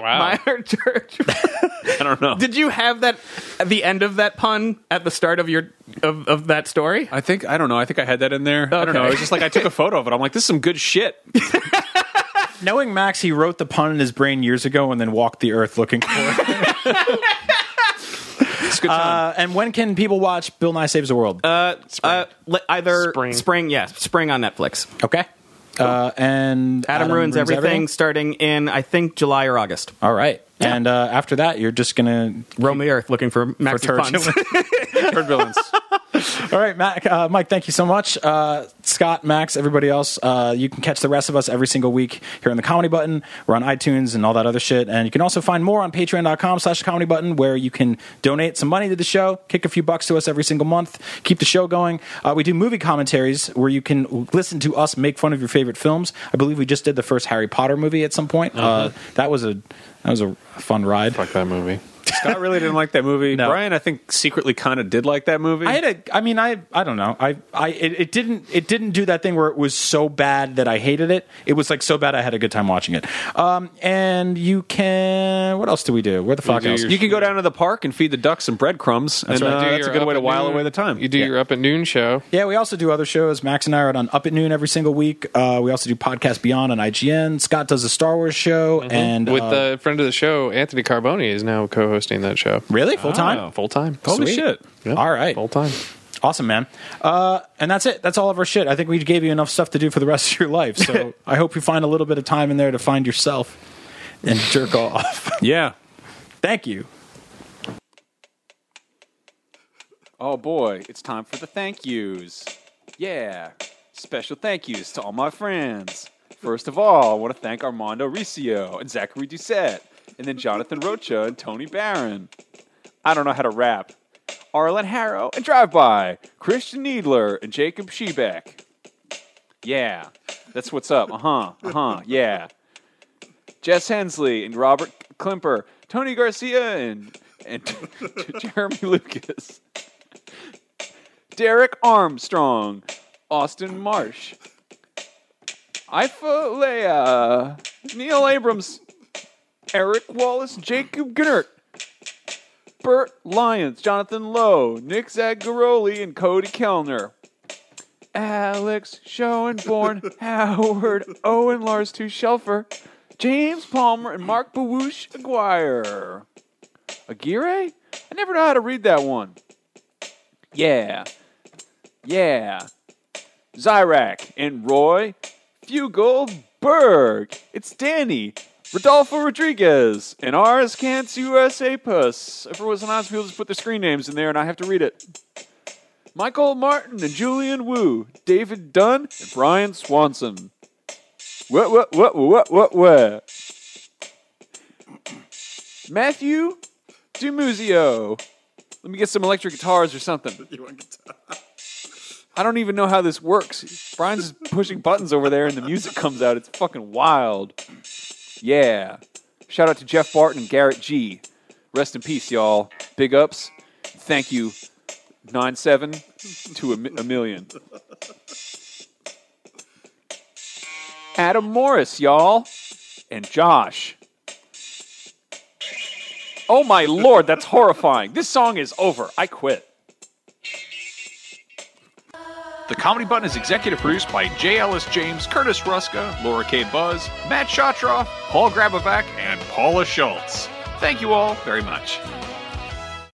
S4: Wow.
S5: Minor church.
S1: I don't know.
S5: Did you have that at the end of that pun at the start of your of, of that story?
S1: I think I don't know. I think I had that in there. I don't
S5: Okay.
S1: know. It's just like I took a photo of it. I'm like, this is some good shit.
S3: Knowing Max, he wrote the pun in his brain years ago and then walked the earth looking for it.
S1: It's a good time.
S3: uh, and when can people watch Bill Nye Saves the World?
S5: Uh, uh, li- either
S4: Spring.
S5: spring, yeah, spring on Netflix.
S3: okay. Uh, and
S5: Adam, ruins, everything, starting in I think July or August.
S3: All right. And uh, after that, you're just gonna.
S5: Roam the earth looking for Max
S3: For
S5: puns.
S3: turds.
S1: turbulence.
S3: All right, Mac, uh, Mike. Thank you so much, uh, Scott, Max, everybody else. Uh, you can catch the rest of us every single week here on the Comedy Button. We're on iTunes and all that other shit, and you can also find more on Patreon.com/slash Comedy Button, where you can donate some money to the show, kick a few bucks to us every single month, keep the show going. Uh, we do movie commentaries where you can listen to us make fun of your favorite films. I believe we just did the first Harry Potter movie at some point. Uh, that was a that was a fun ride.
S8: Fuck that movie.
S1: Scott really didn't like that movie.
S3: No.
S1: Brian, I think, secretly kind of did like that movie.
S3: I had a. I mean, I. I don't know. I. I. It, it didn't. It didn't do that thing where it was so bad that I hated it. It was like so bad I had a good time watching it. Um. And you can. What else do we do? Where the fuck
S4: do
S3: else?
S4: your-
S1: you can go down to the park and feed the ducks some breadcrumbs, and
S4: You
S1: uh,
S4: do
S1: that's a
S4: your
S1: good
S4: up
S1: way to
S4: at
S1: while
S4: noon-
S1: away the time.
S4: You do your up at noon show.
S3: yeah, we also do other shows. Max and I are on Up at Noon every single week. Uh, we also do Podcast Beyond on IGN. Scott does a Star Wars show, and
S4: Mm-hmm. with
S3: uh,
S4: the friend of the show, Anthony Carboni, is now co-hosting that show Oh,
S3: really full time.
S4: full time.
S1: Holy
S3: Sweet.
S1: shit!
S3: All right.
S4: full time.
S3: Awesome, man. Uh, and that's it. That's all of our shit. I think we gave you enough stuff to do for the rest of your life. So I hope you find a little bit of time in there to find yourself and jerk off.
S1: Yeah.
S3: Thank you.
S1: Oh boy, it's time for the thank yous. Yeah. Special thank yous to all my friends. First of all, I want to thank Armando Riccio and Zachary Doucette, and then Jonathan Rocha and Tony Barron. I don't know how to rap. Arlen Harrow and Drive By, Christian Needler and Jacob Shebeck. Yeah, that's what's up. Uh huh. Uh huh. Yeah. Jess Hensley and Robert Klimper, Tony Garcia and and Jeremy Lucas. Derek Armstrong, Austin Marsh, Ifa Leia, Neil Abrams, Eric Wallace, Jacob Gennert, Bert Lyons, Jonathan Lowe, Nick Zagaroli, and Cody Kellner. Alex Schoenborn, Howard Owen, Lars Tushelfer, James Palmer, and Mark Bawoosh Aguirre. Aguirre? I never know how to read that one. Yeah. Yeah. Zyrak and Roy Fugelberg. It's Danny. Rodolfo Rodriguez and RS Cants USA Puss. If it was an honest, people just put their screen names in there and I have to read it. Michael Martin and Julian Wu, David Dunn and Brian Swanson. What, what, what, what, what, what? Matthew Dumuzio. Let me get some electric guitars or something. I don't even know how this works. Brian's just pushing buttons over there and the music comes out. It's fucking wild. Yeah. Shout out to Jeff Barton and Garrett G. Rest in peace, y'all. Big ups. Thank you. 9 7 to a, mi- a million. Adam Morris, y'all. And Josh. Oh my lord, that's horrifying. This song is over. I quit. The Comedy Button is executive produced by J. Ellis James, Curtis Ruska, Laura K. Buzz, Matt Shotroff, Paul Grabovac, and Paula Schultz. Thank you all very much.